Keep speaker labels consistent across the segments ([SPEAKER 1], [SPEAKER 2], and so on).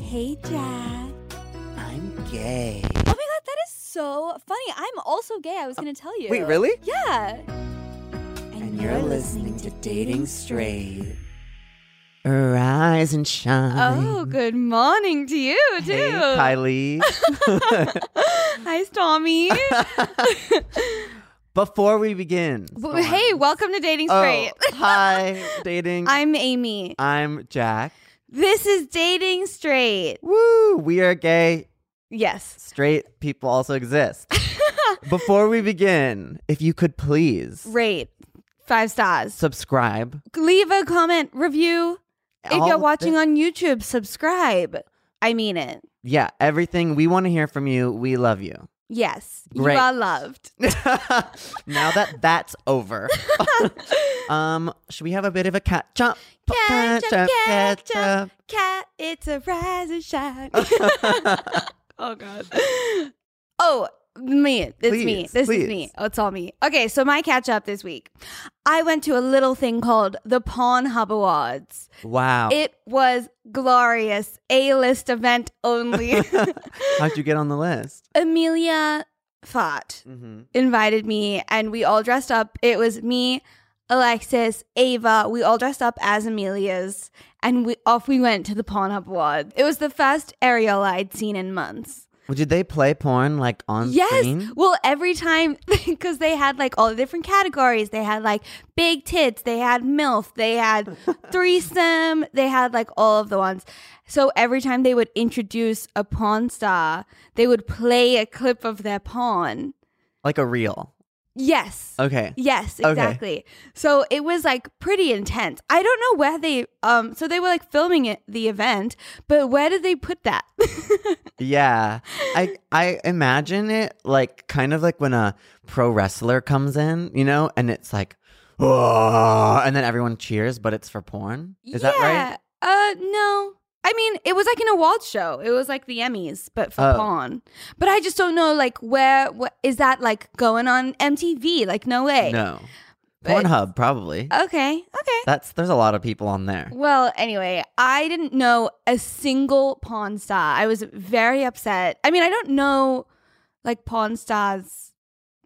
[SPEAKER 1] Hey, Jack.
[SPEAKER 2] I'm gay.
[SPEAKER 1] Oh my god, that is so funny. I'm also gay. I was gonna tell you.
[SPEAKER 2] Wait, really?
[SPEAKER 1] Yeah.
[SPEAKER 2] And you're listening to Dating Straight. Rise and shine.
[SPEAKER 1] Oh, good morning to you too.
[SPEAKER 2] Hey, Kylie.
[SPEAKER 1] Hi, Stormy.
[SPEAKER 2] Before we begin,
[SPEAKER 1] W- hey, welcome to Dating
[SPEAKER 2] Oh, um,
[SPEAKER 1] Straight.
[SPEAKER 2] hi, dating.
[SPEAKER 1] I'm Amy.
[SPEAKER 2] I'm Jack.
[SPEAKER 1] This is Dating Straight.
[SPEAKER 2] Woo! We are gay.
[SPEAKER 1] Yes.
[SPEAKER 2] Straight people also exist. Before we begin, if you could please
[SPEAKER 1] Rate five stars.
[SPEAKER 2] subscribe.
[SPEAKER 1] Leave a comment, review. If
[SPEAKER 2] All
[SPEAKER 1] you're
[SPEAKER 2] of
[SPEAKER 1] watching
[SPEAKER 2] the-
[SPEAKER 1] on YouTube, subscribe. I mean it.
[SPEAKER 2] yeah, everything we want to hear from you. We love you.
[SPEAKER 1] Yes.
[SPEAKER 2] Great.
[SPEAKER 1] You are loved.
[SPEAKER 2] now that that's over, um, should we have a bit of a catch up?
[SPEAKER 1] Catch up, catch
[SPEAKER 2] catch
[SPEAKER 1] up.
[SPEAKER 2] up.
[SPEAKER 1] Cat, it's a rise and shine. oh god. Oh, me. It's me.
[SPEAKER 2] Please,
[SPEAKER 1] This is me.
[SPEAKER 2] please.
[SPEAKER 1] Oh, it's all me. Okay, so my catch up this week. I went to a little thing called the Pornhub Awards.
[SPEAKER 2] Wow.
[SPEAKER 1] It was glorious. A list event only.
[SPEAKER 2] How'd you get on the list?
[SPEAKER 1] Amelia Fott
[SPEAKER 2] Mm-hmm.
[SPEAKER 1] invited me and we all dressed up. It was me, Alexis, Ava. We all dressed up as Amelia's and we off we went to the Pornhub Awards. It was the first areola I'd seen in months.
[SPEAKER 2] Well, did they play porn like on
[SPEAKER 1] Yes.
[SPEAKER 2] screen?
[SPEAKER 1] Well, every time because they had like all the different categories. They had like big tits, they had MILF, they had threesome, they had like all of the ones. So every time they would introduce a porn star, they would play a clip of their porn.
[SPEAKER 2] Like a reel.
[SPEAKER 1] Yes.
[SPEAKER 2] Okay.
[SPEAKER 1] Yes,
[SPEAKER 2] Okay.
[SPEAKER 1] exactly. So it was like pretty intense. I don't know where they um so they were like filming it the event, but where did they put that?
[SPEAKER 2] Yeah. I I imagine it like kind of like when a pro wrestler comes in, you know, and it's like "Oh," and then everyone cheers, but it's for porn. Is that right?
[SPEAKER 1] Uh no. I mean, it was like an awards show. It was like the Emmys, but for
[SPEAKER 2] Oh.
[SPEAKER 1] porn. But I just don't know like where what is that like going on MTV? Like no way.
[SPEAKER 2] No.
[SPEAKER 1] But- uh,
[SPEAKER 2] Pornhub probably.
[SPEAKER 1] Okay. Okay.
[SPEAKER 2] That's there's a lot of people on there.
[SPEAKER 1] Well, anyway, I didn't know a single pawn star. I was very upset. I mean, I don't know like pawn stars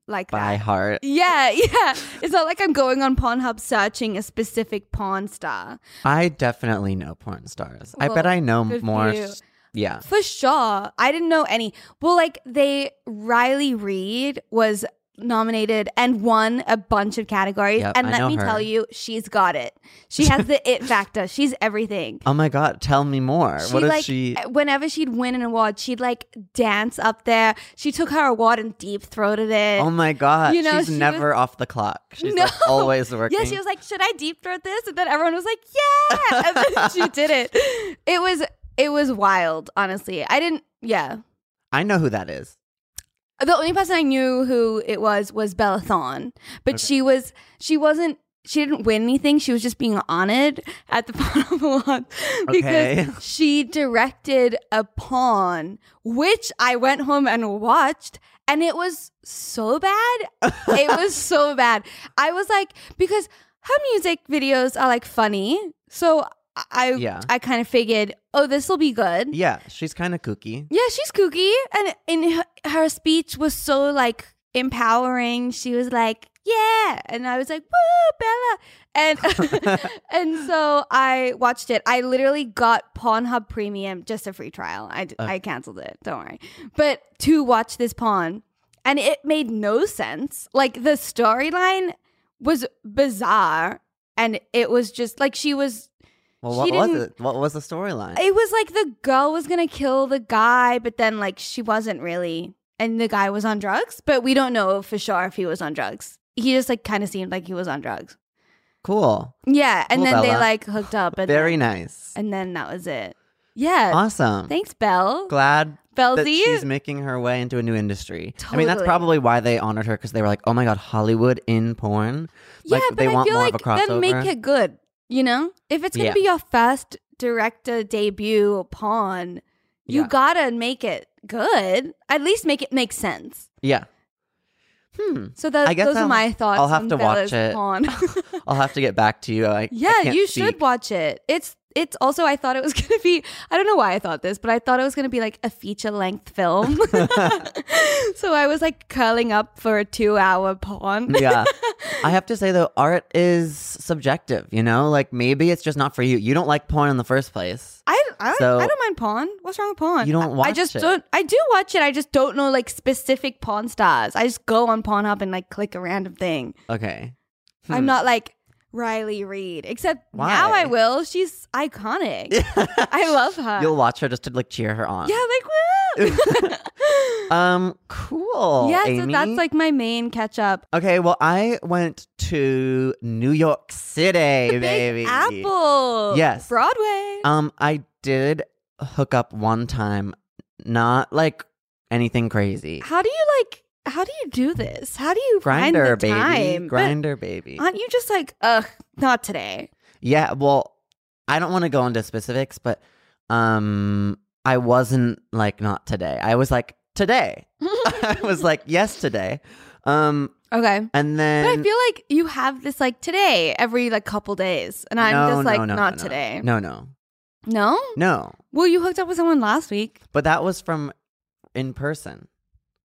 [SPEAKER 1] like
[SPEAKER 2] By
[SPEAKER 1] that.
[SPEAKER 2] heart.
[SPEAKER 1] Yeah, yeah. It's not like I'm going on Pornhub searching a specific pawn star.
[SPEAKER 2] I definitely know porn stars. I
[SPEAKER 1] Well,
[SPEAKER 2] bet I know
[SPEAKER 1] good for
[SPEAKER 2] more.
[SPEAKER 1] you.
[SPEAKER 2] Yeah.
[SPEAKER 1] For sure. I didn't know any. Well, like they Riley Reed was nominated and won a bunch of categories.
[SPEAKER 2] Yep,
[SPEAKER 1] and
[SPEAKER 2] I
[SPEAKER 1] let
[SPEAKER 2] know
[SPEAKER 1] me
[SPEAKER 2] her.
[SPEAKER 1] tell you, she's got it. She has the it factor. She's everything.
[SPEAKER 2] Oh my god, tell me more.
[SPEAKER 1] She
[SPEAKER 2] what is
[SPEAKER 1] like eh,
[SPEAKER 2] she
[SPEAKER 1] whenever she'd win an award, she'd like dance up there. She took her award and deep throated it.
[SPEAKER 2] Oh my god,
[SPEAKER 1] you know,
[SPEAKER 2] she's
[SPEAKER 1] she was-
[SPEAKER 2] never off the clock. She's
[SPEAKER 1] No.
[SPEAKER 2] like always working.
[SPEAKER 1] yeah, she was like, "Should I deep throat this?" And then everyone was like, "Yeah!" And then she did it. It was it was wild, honestly. I didn't. Yeah,
[SPEAKER 2] I know who that is.
[SPEAKER 1] Mm-hmm. the only person I knew who it was was Bella Thorne, but
[SPEAKER 2] Okay.
[SPEAKER 1] she was she wasn't she didn't win anything. She was just being honored at the Pawn Awards
[SPEAKER 2] Okay.
[SPEAKER 1] because she directed a pawn, which I went home and watched, and it was so bad. it was so bad. I was like because her music videos are like funny, so I
[SPEAKER 2] Yeah.
[SPEAKER 1] I kind of figured, oh, this will be good.
[SPEAKER 2] Yeah, she's kind of kooky.
[SPEAKER 1] Yeah, she's kooky, and in her, her speech was so like empowering. She was like, "Yeah," and I was like, "Woo, Bella!" And and so I watched it. I literally got Pornhub Premium, just a free trial. I d-
[SPEAKER 2] Oh.
[SPEAKER 1] I canceled it. Don't worry, but to watch this pawn, and it made no sense. Like the storyline was bizarre, and it was just like she was
[SPEAKER 2] Well, what
[SPEAKER 1] She
[SPEAKER 2] was
[SPEAKER 1] didn't-
[SPEAKER 2] it? What was the storyline?
[SPEAKER 1] it was like the girl was gonna kill the guy, but then like she wasn't really, and the guy was on drugs. But we don't know for sure if he was on drugs. He just like kind of seemed like he was on drugs.
[SPEAKER 2] Cool.
[SPEAKER 1] Yeah, and
[SPEAKER 2] Cool,
[SPEAKER 1] then they
[SPEAKER 2] Bella.
[SPEAKER 1] like hooked up, and
[SPEAKER 2] Very
[SPEAKER 1] then,
[SPEAKER 2] nice.
[SPEAKER 1] and then that was it. Yeah,
[SPEAKER 2] Awesome.
[SPEAKER 1] thanks, Belle.
[SPEAKER 2] Glad that
[SPEAKER 1] Bellsy.
[SPEAKER 2] she's making her way into a new industry. I mean, that's
[SPEAKER 1] Totally.
[SPEAKER 2] probably why they honored her because they were like, "Oh my god, Hollywood in porn."
[SPEAKER 1] Yeah,
[SPEAKER 2] like,
[SPEAKER 1] but
[SPEAKER 2] they
[SPEAKER 1] I
[SPEAKER 2] want
[SPEAKER 1] feel
[SPEAKER 2] more
[SPEAKER 1] like
[SPEAKER 2] of a
[SPEAKER 1] then make
[SPEAKER 2] crossover.
[SPEAKER 1] it good. You know, if it's gonna
[SPEAKER 2] Yeah.
[SPEAKER 1] be your first director debut pawn, you
[SPEAKER 2] Yeah.
[SPEAKER 1] gotta make it good. At least make it make sense.
[SPEAKER 2] Yeah. Hmm.
[SPEAKER 1] So tho-
[SPEAKER 2] I guess
[SPEAKER 1] those
[SPEAKER 2] I'll-
[SPEAKER 1] are my thoughts.
[SPEAKER 2] I'll have
[SPEAKER 1] on
[SPEAKER 2] to watch
[SPEAKER 1] Bella's
[SPEAKER 2] it.
[SPEAKER 1] Pawn.
[SPEAKER 2] I'll have to get back to you. I, I
[SPEAKER 1] yeah,
[SPEAKER 2] can't
[SPEAKER 1] you
[SPEAKER 2] speak.
[SPEAKER 1] should watch it. It's it's also I thought it was gonna be I don't know why I thought this, but I thought it was gonna be like a feature length film. so I was like curling up for a two hour porn.
[SPEAKER 2] yeah. I have to say though, art is subjective, you know? Like maybe it's just not for you. You don't like porn in the first place.
[SPEAKER 1] I, I,
[SPEAKER 2] So-
[SPEAKER 1] I don't mind porn. What's wrong with porn?
[SPEAKER 2] You don't
[SPEAKER 1] I- I
[SPEAKER 2] watch
[SPEAKER 1] just
[SPEAKER 2] it.
[SPEAKER 1] don't. I do watch it. I just don't know like specific porn stars. I just go on Pornhub and like click a random thing.
[SPEAKER 2] Okay.
[SPEAKER 1] I'm not like Riley Reed, except now
[SPEAKER 2] Hmm. Why?
[SPEAKER 1] I will. She's iconic. I love her.
[SPEAKER 2] You'll watch her just to like cheer her on.
[SPEAKER 1] yeah, like woo.
[SPEAKER 2] Um, cool.
[SPEAKER 1] yeah, so
[SPEAKER 2] Amy.
[SPEAKER 1] that's like my main catch up.
[SPEAKER 2] Okay, well, I went to New York City, baby.
[SPEAKER 1] Big Apple.
[SPEAKER 2] Yes.
[SPEAKER 1] Broadway.
[SPEAKER 2] Um, I did hook up one time, not like anything crazy.
[SPEAKER 1] how do you like? How do you do this? How do you
[SPEAKER 2] Grinder,
[SPEAKER 1] find the
[SPEAKER 2] baby.
[SPEAKER 1] time? But
[SPEAKER 2] Grinder, baby.
[SPEAKER 1] Aren't you just like, ugh, not today?
[SPEAKER 2] Yeah, well, I don't want to go into specifics, but um I wasn't like not today. I was like today. I was like yesterday. Um
[SPEAKER 1] Okay.
[SPEAKER 2] and then
[SPEAKER 1] But I feel like you have this like today every like couple days, and I'm
[SPEAKER 2] No,
[SPEAKER 1] just like
[SPEAKER 2] no, no,
[SPEAKER 1] not
[SPEAKER 2] no, no.
[SPEAKER 1] today.
[SPEAKER 2] No, no.
[SPEAKER 1] No?
[SPEAKER 2] No.
[SPEAKER 1] Well, you hooked up with someone last week.
[SPEAKER 2] But that was from in person.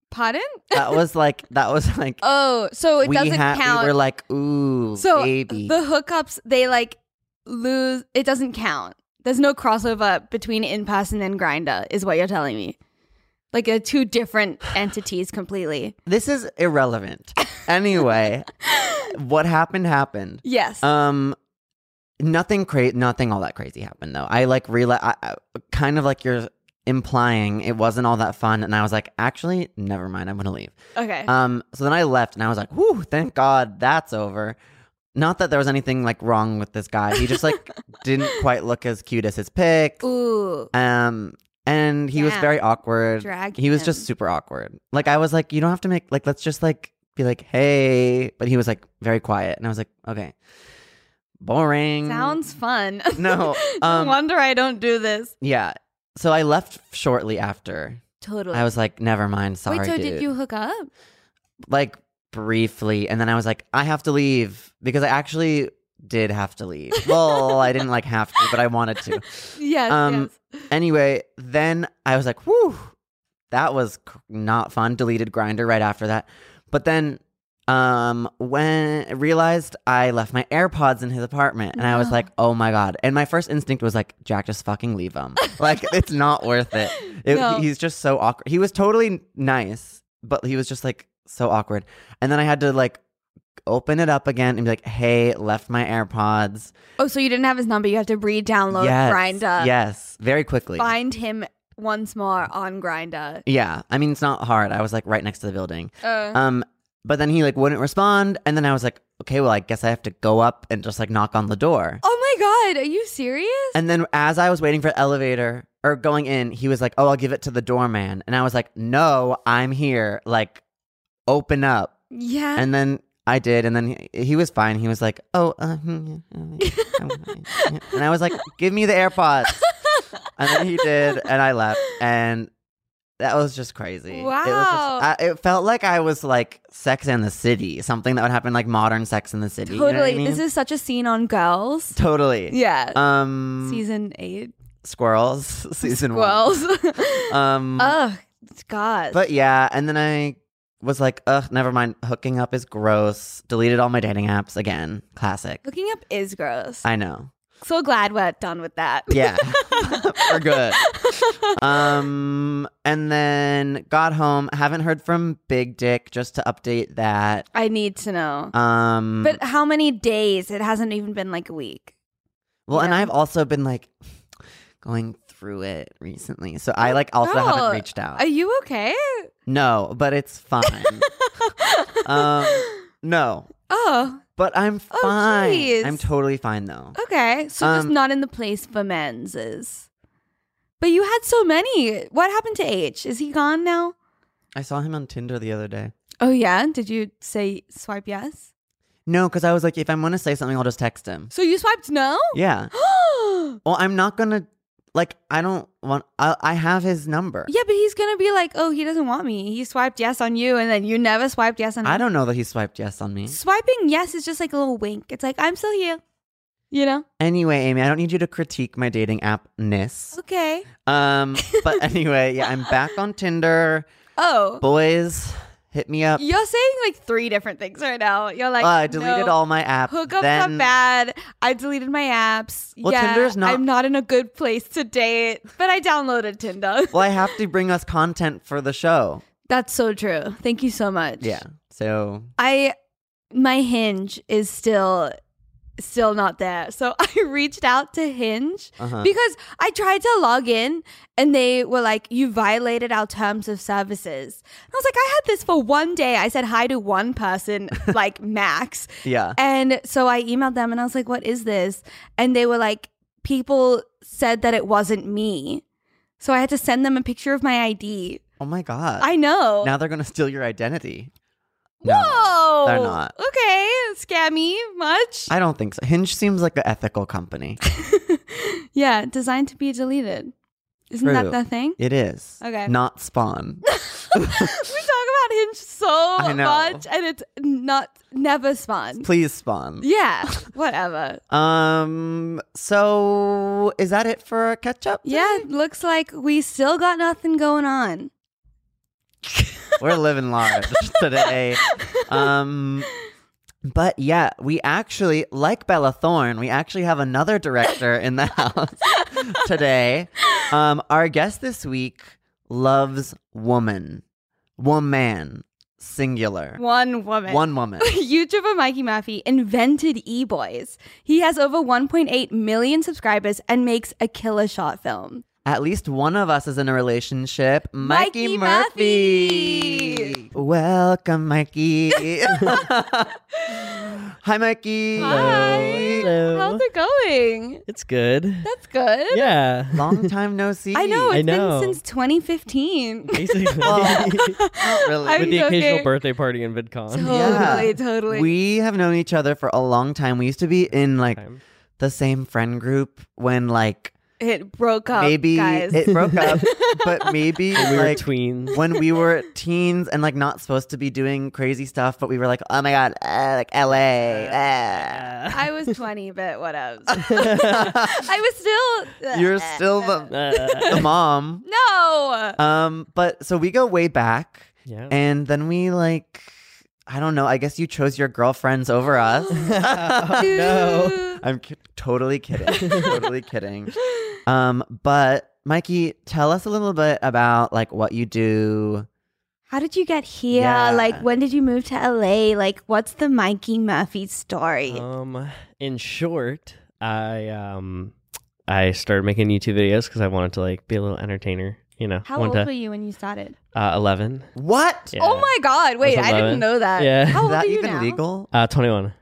[SPEAKER 1] Pardon?
[SPEAKER 2] That was like that was like
[SPEAKER 1] Oh, so it
[SPEAKER 2] we
[SPEAKER 1] doesn't
[SPEAKER 2] had
[SPEAKER 1] count.
[SPEAKER 2] we were like ooh
[SPEAKER 1] so
[SPEAKER 2] baby.
[SPEAKER 1] the hookups they like lose. It doesn't count. There's no crossover between in person and grinder, is what you're telling me. Like they're two different entities completely.
[SPEAKER 2] this is irrelevant. anyway, what happened happened.
[SPEAKER 1] Yes.
[SPEAKER 2] Um, nothing crazy, nothing all that crazy happened though. I like realized, I, I, kind of like you're implying it wasn't all that fun, and I was like, actually, never mind, I'm gonna leave.
[SPEAKER 1] okay.
[SPEAKER 2] Um, so then I left, and I was like, whew, thank God that's over. Not that there was anything like wrong with this guy. He just like didn't quite look as cute as his pics.
[SPEAKER 1] Ooh.
[SPEAKER 2] Um, and he was
[SPEAKER 1] Damn.
[SPEAKER 2] very awkward.
[SPEAKER 1] Drag
[SPEAKER 2] he was
[SPEAKER 1] him.
[SPEAKER 2] just super awkward. Like I was like, you don't have to make like let's just like be like, hey. But he was like very quiet, and I was like, okay, boring.
[SPEAKER 1] Sounds fun.
[SPEAKER 2] no.
[SPEAKER 1] No
[SPEAKER 2] Um,
[SPEAKER 1] wonder I don't do this.
[SPEAKER 2] yeah. So I left shortly after.
[SPEAKER 1] Totally.
[SPEAKER 2] I was like, never mind. Sorry,
[SPEAKER 1] Wait, so
[SPEAKER 2] dude.
[SPEAKER 1] did you hook up?
[SPEAKER 2] like briefly, and then I was like, I have to leave because I actually did have to leave. Well, I didn't like have to, but I wanted to.
[SPEAKER 1] Yes.
[SPEAKER 2] Um,
[SPEAKER 1] yes.
[SPEAKER 2] Anyway, then I was like, whew, that was c- not fun. Deleted Grinder right after that. But then um when I realized I left my AirPods in his apartment and I was
[SPEAKER 1] No.
[SPEAKER 2] like, oh my God. And my first instinct was like, Jack, just fucking leave him. like it's not worth it. It-
[SPEAKER 1] No.
[SPEAKER 2] He's just so awkward. He was totally nice, but he was just like so awkward. And then I had to like open it up again and be like, hey, left my AirPods.
[SPEAKER 1] Oh, so you didn't have his number. You have to re-download
[SPEAKER 2] yes.
[SPEAKER 1] Grinder.
[SPEAKER 2] Yes. Very quickly.
[SPEAKER 1] Find him once more on Grinder.
[SPEAKER 2] Yeah, I mean it's not hard. I was like right next to the building.
[SPEAKER 1] Uh,
[SPEAKER 2] Um, but then he like wouldn't respond, and then I was like, okay, well I guess I have to go up and just like knock on the door.
[SPEAKER 1] oh my god, are you serious?
[SPEAKER 2] And then as I was waiting for the elevator or going in, he was like, oh, I'll give it to the doorman, and I was like, no, I'm here. Like, open up.
[SPEAKER 1] yeah.
[SPEAKER 2] And then I did, and then he, he was fine. He was like, oh, uh, hmm, yeah, oh, yeah, oh, yeah. and I was like, give me the AirPods. And then he did, and I left, and that was just crazy. It, was
[SPEAKER 1] Wow.
[SPEAKER 2] just, I, it felt like I was like Sex and the City, something that would happen like modern Sex and the City.
[SPEAKER 1] totally.
[SPEAKER 2] You know what I mean?
[SPEAKER 1] This is such a scene on Girls.
[SPEAKER 2] totally.
[SPEAKER 1] Yeah.
[SPEAKER 2] Um,
[SPEAKER 1] Season eight.
[SPEAKER 2] squirrels, season
[SPEAKER 1] Girls.
[SPEAKER 2] one. Um,
[SPEAKER 1] Ugh. God.
[SPEAKER 2] but yeah, and then I was like, ugh, never mind. Hooking up is gross. Deleted all my dating apps again. Classic.
[SPEAKER 1] Looking up is gross.
[SPEAKER 2] I know.
[SPEAKER 1] so glad we're done with that.
[SPEAKER 2] Yeah. For good. Um and then got home. Haven't heard from Big Dick just to update that.
[SPEAKER 1] I need to know.
[SPEAKER 2] Um
[SPEAKER 1] but how many days? It hasn't even been like a week.
[SPEAKER 2] well and
[SPEAKER 1] yeah.
[SPEAKER 2] I've also been like going through it recently. So I like also
[SPEAKER 1] girl,
[SPEAKER 2] haven't reached out.
[SPEAKER 1] Oh, Are you okay?
[SPEAKER 2] no, but it's fine. um no.
[SPEAKER 1] oh,
[SPEAKER 2] But I'm
[SPEAKER 1] Oh,
[SPEAKER 2] fine.
[SPEAKER 1] jeez.
[SPEAKER 2] I'm totally fine though.
[SPEAKER 1] Okay, so just
[SPEAKER 2] Um,
[SPEAKER 1] not in the place for men's is. But you had so many. What happened to H? Is he gone now?
[SPEAKER 2] I saw him on Tinder the other day.
[SPEAKER 1] Oh yeah. Did you say swipe yes?
[SPEAKER 2] No, because I was like, if I'm gonna say something, I'll just text him.
[SPEAKER 1] So you swiped no.
[SPEAKER 2] Yeah. Well, I'm not gonna like. I don't want. I, I have his number.
[SPEAKER 1] yeah, but he's gonna be like, oh, he doesn't want me. He swiped yes on you, and then you never swiped yes on.
[SPEAKER 2] I
[SPEAKER 1] him.
[SPEAKER 2] don't know that he swiped yes on me.
[SPEAKER 1] Swiping yes is just like a little wink. It's like I'm still here. You know?
[SPEAKER 2] Anyway, Amy, I don't need you to critique my dating app ness.
[SPEAKER 1] Okay.
[SPEAKER 2] Um, but anyway, yeah, I'm back on Tinder.
[SPEAKER 1] Oh.
[SPEAKER 2] Boys, hit me up.
[SPEAKER 1] You're saying like three different things right now. You're like,
[SPEAKER 2] Uh, I deleted
[SPEAKER 1] no,
[SPEAKER 2] all my apps.
[SPEAKER 1] Hookups
[SPEAKER 2] then
[SPEAKER 1] are bad. I deleted my apps.
[SPEAKER 2] Well,
[SPEAKER 1] yeah,
[SPEAKER 2] Tinder's not-
[SPEAKER 1] I'm not in a good place to date, but I downloaded Tinder.
[SPEAKER 2] Well, I have to bring us content for the show.
[SPEAKER 1] That's so true. Thank you so much.
[SPEAKER 2] Yeah. So
[SPEAKER 1] I my hinge is still still not there. So I reached out to Hinge
[SPEAKER 2] Uh-huh.
[SPEAKER 1] because I tried to log in and they were like, You violated our terms of services. And I was like, I had this for one day. I said hi to one person, like max.
[SPEAKER 2] yeah.
[SPEAKER 1] And so I emailed them and I was like, What is this? And they were like, People said that it wasn't me. So I had to send them a picture of my ID.
[SPEAKER 2] Oh my god.
[SPEAKER 1] I know.
[SPEAKER 2] now they're gonna steal your identity.
[SPEAKER 1] Whoa.
[SPEAKER 2] they're not.
[SPEAKER 1] Okay. Scammy much.
[SPEAKER 2] I don't think so. Hinge seems like an ethical company.
[SPEAKER 1] yeah. Designed to be deleted. Isn't
[SPEAKER 2] True.
[SPEAKER 1] that the thing?
[SPEAKER 2] It is.
[SPEAKER 1] Okay.
[SPEAKER 2] Not spawn.
[SPEAKER 1] we talk about Hinge so
[SPEAKER 2] I know.
[SPEAKER 1] much and it's not never spawned.
[SPEAKER 2] Please spawn.
[SPEAKER 1] Yeah. Whatever.
[SPEAKER 2] Um so is that it for catch up?
[SPEAKER 1] yeah. Looks like we still got nothing going on.
[SPEAKER 2] We're living large today. Um but yeah, we actually like Bella Thorne, we actually have another director in the house today. Um our guest this week loves woman. Woman singular.
[SPEAKER 1] One woman.
[SPEAKER 2] One woman.
[SPEAKER 1] YouTuber Mikey Murphy invented E Boys. He has over 1.8 million subscribers and makes a killer short film.
[SPEAKER 2] At least one of us is in a relationship. Mikey,
[SPEAKER 1] Mikey
[SPEAKER 2] Murphy.
[SPEAKER 1] Murphy.
[SPEAKER 2] Welcome, Mikey. Hi, Mikey.
[SPEAKER 1] Hi.
[SPEAKER 3] Hello.
[SPEAKER 1] How's it going?
[SPEAKER 3] It's good.
[SPEAKER 1] That's good.
[SPEAKER 3] Yeah.
[SPEAKER 2] Long time no see.
[SPEAKER 1] I know.
[SPEAKER 3] I
[SPEAKER 1] it's
[SPEAKER 3] know.
[SPEAKER 1] been since 2015.
[SPEAKER 3] Basically.
[SPEAKER 2] Oh, Not
[SPEAKER 1] I'm
[SPEAKER 3] with
[SPEAKER 2] really.
[SPEAKER 3] the
[SPEAKER 1] joking.
[SPEAKER 3] occasional birthday party in VidCon.
[SPEAKER 1] totally,
[SPEAKER 2] Yeah.
[SPEAKER 1] totally.
[SPEAKER 2] We have known each other for a long time. We used to be in like
[SPEAKER 3] Time.
[SPEAKER 2] the same friend group when like
[SPEAKER 1] it broke up,
[SPEAKER 2] maybe
[SPEAKER 1] Oh, guys.
[SPEAKER 2] it broke up, but maybe
[SPEAKER 3] We were
[SPEAKER 2] like
[SPEAKER 3] tweens.
[SPEAKER 2] when we were teens and like not supposed to be doing crazy stuff, but we were like, oh my god, uh, like LA. uh."
[SPEAKER 1] I was 20, but whatever. I was still.
[SPEAKER 2] You're still the,
[SPEAKER 3] Uh,
[SPEAKER 2] the mom.
[SPEAKER 1] No.
[SPEAKER 2] Um, but so we go way back,
[SPEAKER 3] yeah.
[SPEAKER 2] and then we like, I don't know. I guess you chose your girlfriends over us.
[SPEAKER 1] no.
[SPEAKER 2] I'm ki- totally kidding. totally kidding. Um, but Mikey, tell us a little bit about like what you do.
[SPEAKER 1] How did you get here?
[SPEAKER 2] Yeah.
[SPEAKER 1] Like, when did you move to LA? Like, what's the Mikey Murphy story?
[SPEAKER 3] Um, in short, I um, I started making YouTube videos because I wanted to like be a little entertainer. You know,
[SPEAKER 1] How old
[SPEAKER 3] wanted
[SPEAKER 1] were you when you started?
[SPEAKER 3] to, uh, eleven.
[SPEAKER 2] What?
[SPEAKER 3] Yeah.
[SPEAKER 1] Oh my God! Wait, I didn't
[SPEAKER 3] 11.
[SPEAKER 1] know that.
[SPEAKER 3] Yeah.
[SPEAKER 1] How
[SPEAKER 2] Is
[SPEAKER 1] old
[SPEAKER 2] that
[SPEAKER 1] are you
[SPEAKER 2] even
[SPEAKER 1] now?
[SPEAKER 2] legal?
[SPEAKER 3] Uh, twenty-one.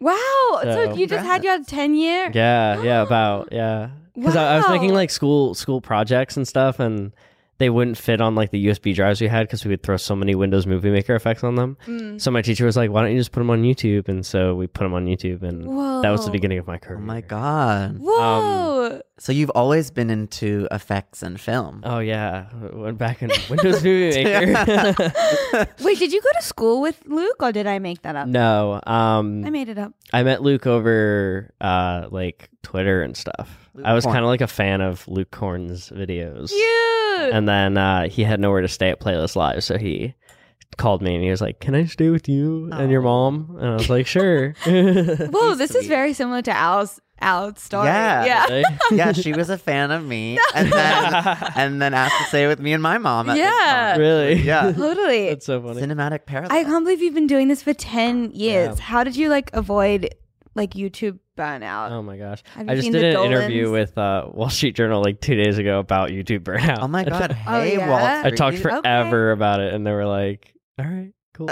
[SPEAKER 1] Wow! So,
[SPEAKER 3] So-
[SPEAKER 1] you just had your ten year.
[SPEAKER 3] Yeah, yeah, about yeah. Because I, I was making
[SPEAKER 1] Wow.
[SPEAKER 3] like school school projects and stuff, and they wouldn't fit on like the USB drives we had because we would throw so many Windows Movie Maker effects on them.
[SPEAKER 1] Mm.
[SPEAKER 3] So my teacher was like, "Why don't you just put them on YouTube?" And so we put them on YouTube, and
[SPEAKER 1] Whoa!
[SPEAKER 3] Mm. that was the beginning Um, of my
[SPEAKER 2] Oh
[SPEAKER 3] career.
[SPEAKER 2] my god!
[SPEAKER 1] Whoa!
[SPEAKER 2] So you've always been into effects and film.
[SPEAKER 3] Oh yeah, went back in Windows Movie Maker.
[SPEAKER 1] Wait, did you go to school with Luke, or did I make that
[SPEAKER 3] Mm.
[SPEAKER 1] up?
[SPEAKER 3] no,
[SPEAKER 1] I
[SPEAKER 3] um,
[SPEAKER 1] made it up.
[SPEAKER 3] I met Luke over uh, like Twitter and stuff.
[SPEAKER 2] Luke
[SPEAKER 3] I was
[SPEAKER 2] Korn.
[SPEAKER 3] kind of like a fan of Luke Korn's videos.
[SPEAKER 1] Cute.
[SPEAKER 3] And then uh, he had nowhere to stay at Playlist Live, so he called me and he was like, "Can I stay with you and your mom?" And I was like, "Sure."
[SPEAKER 1] Whoa, this is
[SPEAKER 2] sweet.
[SPEAKER 1] very similar to Al's Al's story.
[SPEAKER 2] Yeah.
[SPEAKER 1] yeah.
[SPEAKER 2] yeah, she was a fan of me, and then and then asked to stay with me and my mom. At
[SPEAKER 1] Yeah.
[SPEAKER 3] really?
[SPEAKER 2] Yeah.
[SPEAKER 1] totally.
[SPEAKER 3] That's so funny.
[SPEAKER 2] cinematic parallel.
[SPEAKER 1] I can't believe you've been doing this for ten years.
[SPEAKER 3] Yeah.
[SPEAKER 1] How did you like avoid like YouTube burnout?
[SPEAKER 3] Oh my gosh!
[SPEAKER 1] Have
[SPEAKER 3] I
[SPEAKER 1] you
[SPEAKER 3] just
[SPEAKER 1] seen
[SPEAKER 3] did
[SPEAKER 1] the
[SPEAKER 3] an
[SPEAKER 1] Dolans?
[SPEAKER 3] interview with uh, Wall Street Journal like two days ago about YouTube burnout.
[SPEAKER 2] oh my
[SPEAKER 3] I t-
[SPEAKER 2] god!
[SPEAKER 1] Oh,
[SPEAKER 2] Hey,
[SPEAKER 1] yeah?
[SPEAKER 2] Wall
[SPEAKER 3] I
[SPEAKER 2] Street.
[SPEAKER 3] talked
[SPEAKER 1] Okay.
[SPEAKER 3] forever about it, and they were like, "All right, cool."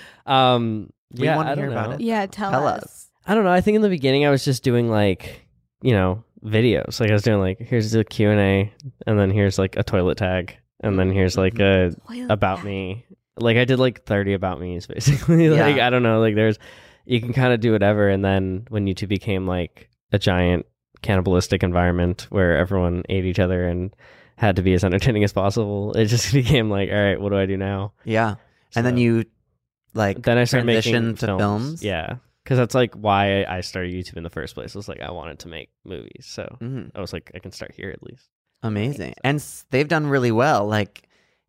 [SPEAKER 3] um,
[SPEAKER 2] Uh, We
[SPEAKER 3] yeah,
[SPEAKER 2] wanna
[SPEAKER 3] I don't
[SPEAKER 2] hear
[SPEAKER 3] know.
[SPEAKER 2] about it.
[SPEAKER 1] yeah, tell,
[SPEAKER 2] Tell
[SPEAKER 1] us.
[SPEAKER 2] us.
[SPEAKER 3] I don't know. I think in the beginning, I was just doing like, you know, videos. Like I was doing like, here's the Q and A, and then here's like a toilet tag, and then here's like
[SPEAKER 2] Mm-hmm.
[SPEAKER 3] a
[SPEAKER 1] Oil
[SPEAKER 3] about
[SPEAKER 1] bath.
[SPEAKER 3] me. Like I did like thirty about me's basically. like
[SPEAKER 2] Yeah.
[SPEAKER 3] I don't know. Like there's, you can kind of do whatever. And then when YouTube became like a giant cannibalistic environment where everyone ate each other and had to be as entertaining as possible, it just became like, all right, what do I do now?
[SPEAKER 2] Yeah, and then
[SPEAKER 3] So-
[SPEAKER 2] you like
[SPEAKER 3] then I started making
[SPEAKER 2] transitioned to films?
[SPEAKER 3] Yeah, because that's like why I started YouTube in the first place. Was like I wanted to make movies, so
[SPEAKER 2] Mhm.
[SPEAKER 3] I was like, I can start here at least.
[SPEAKER 2] Amazing. And s- they've done really well. Like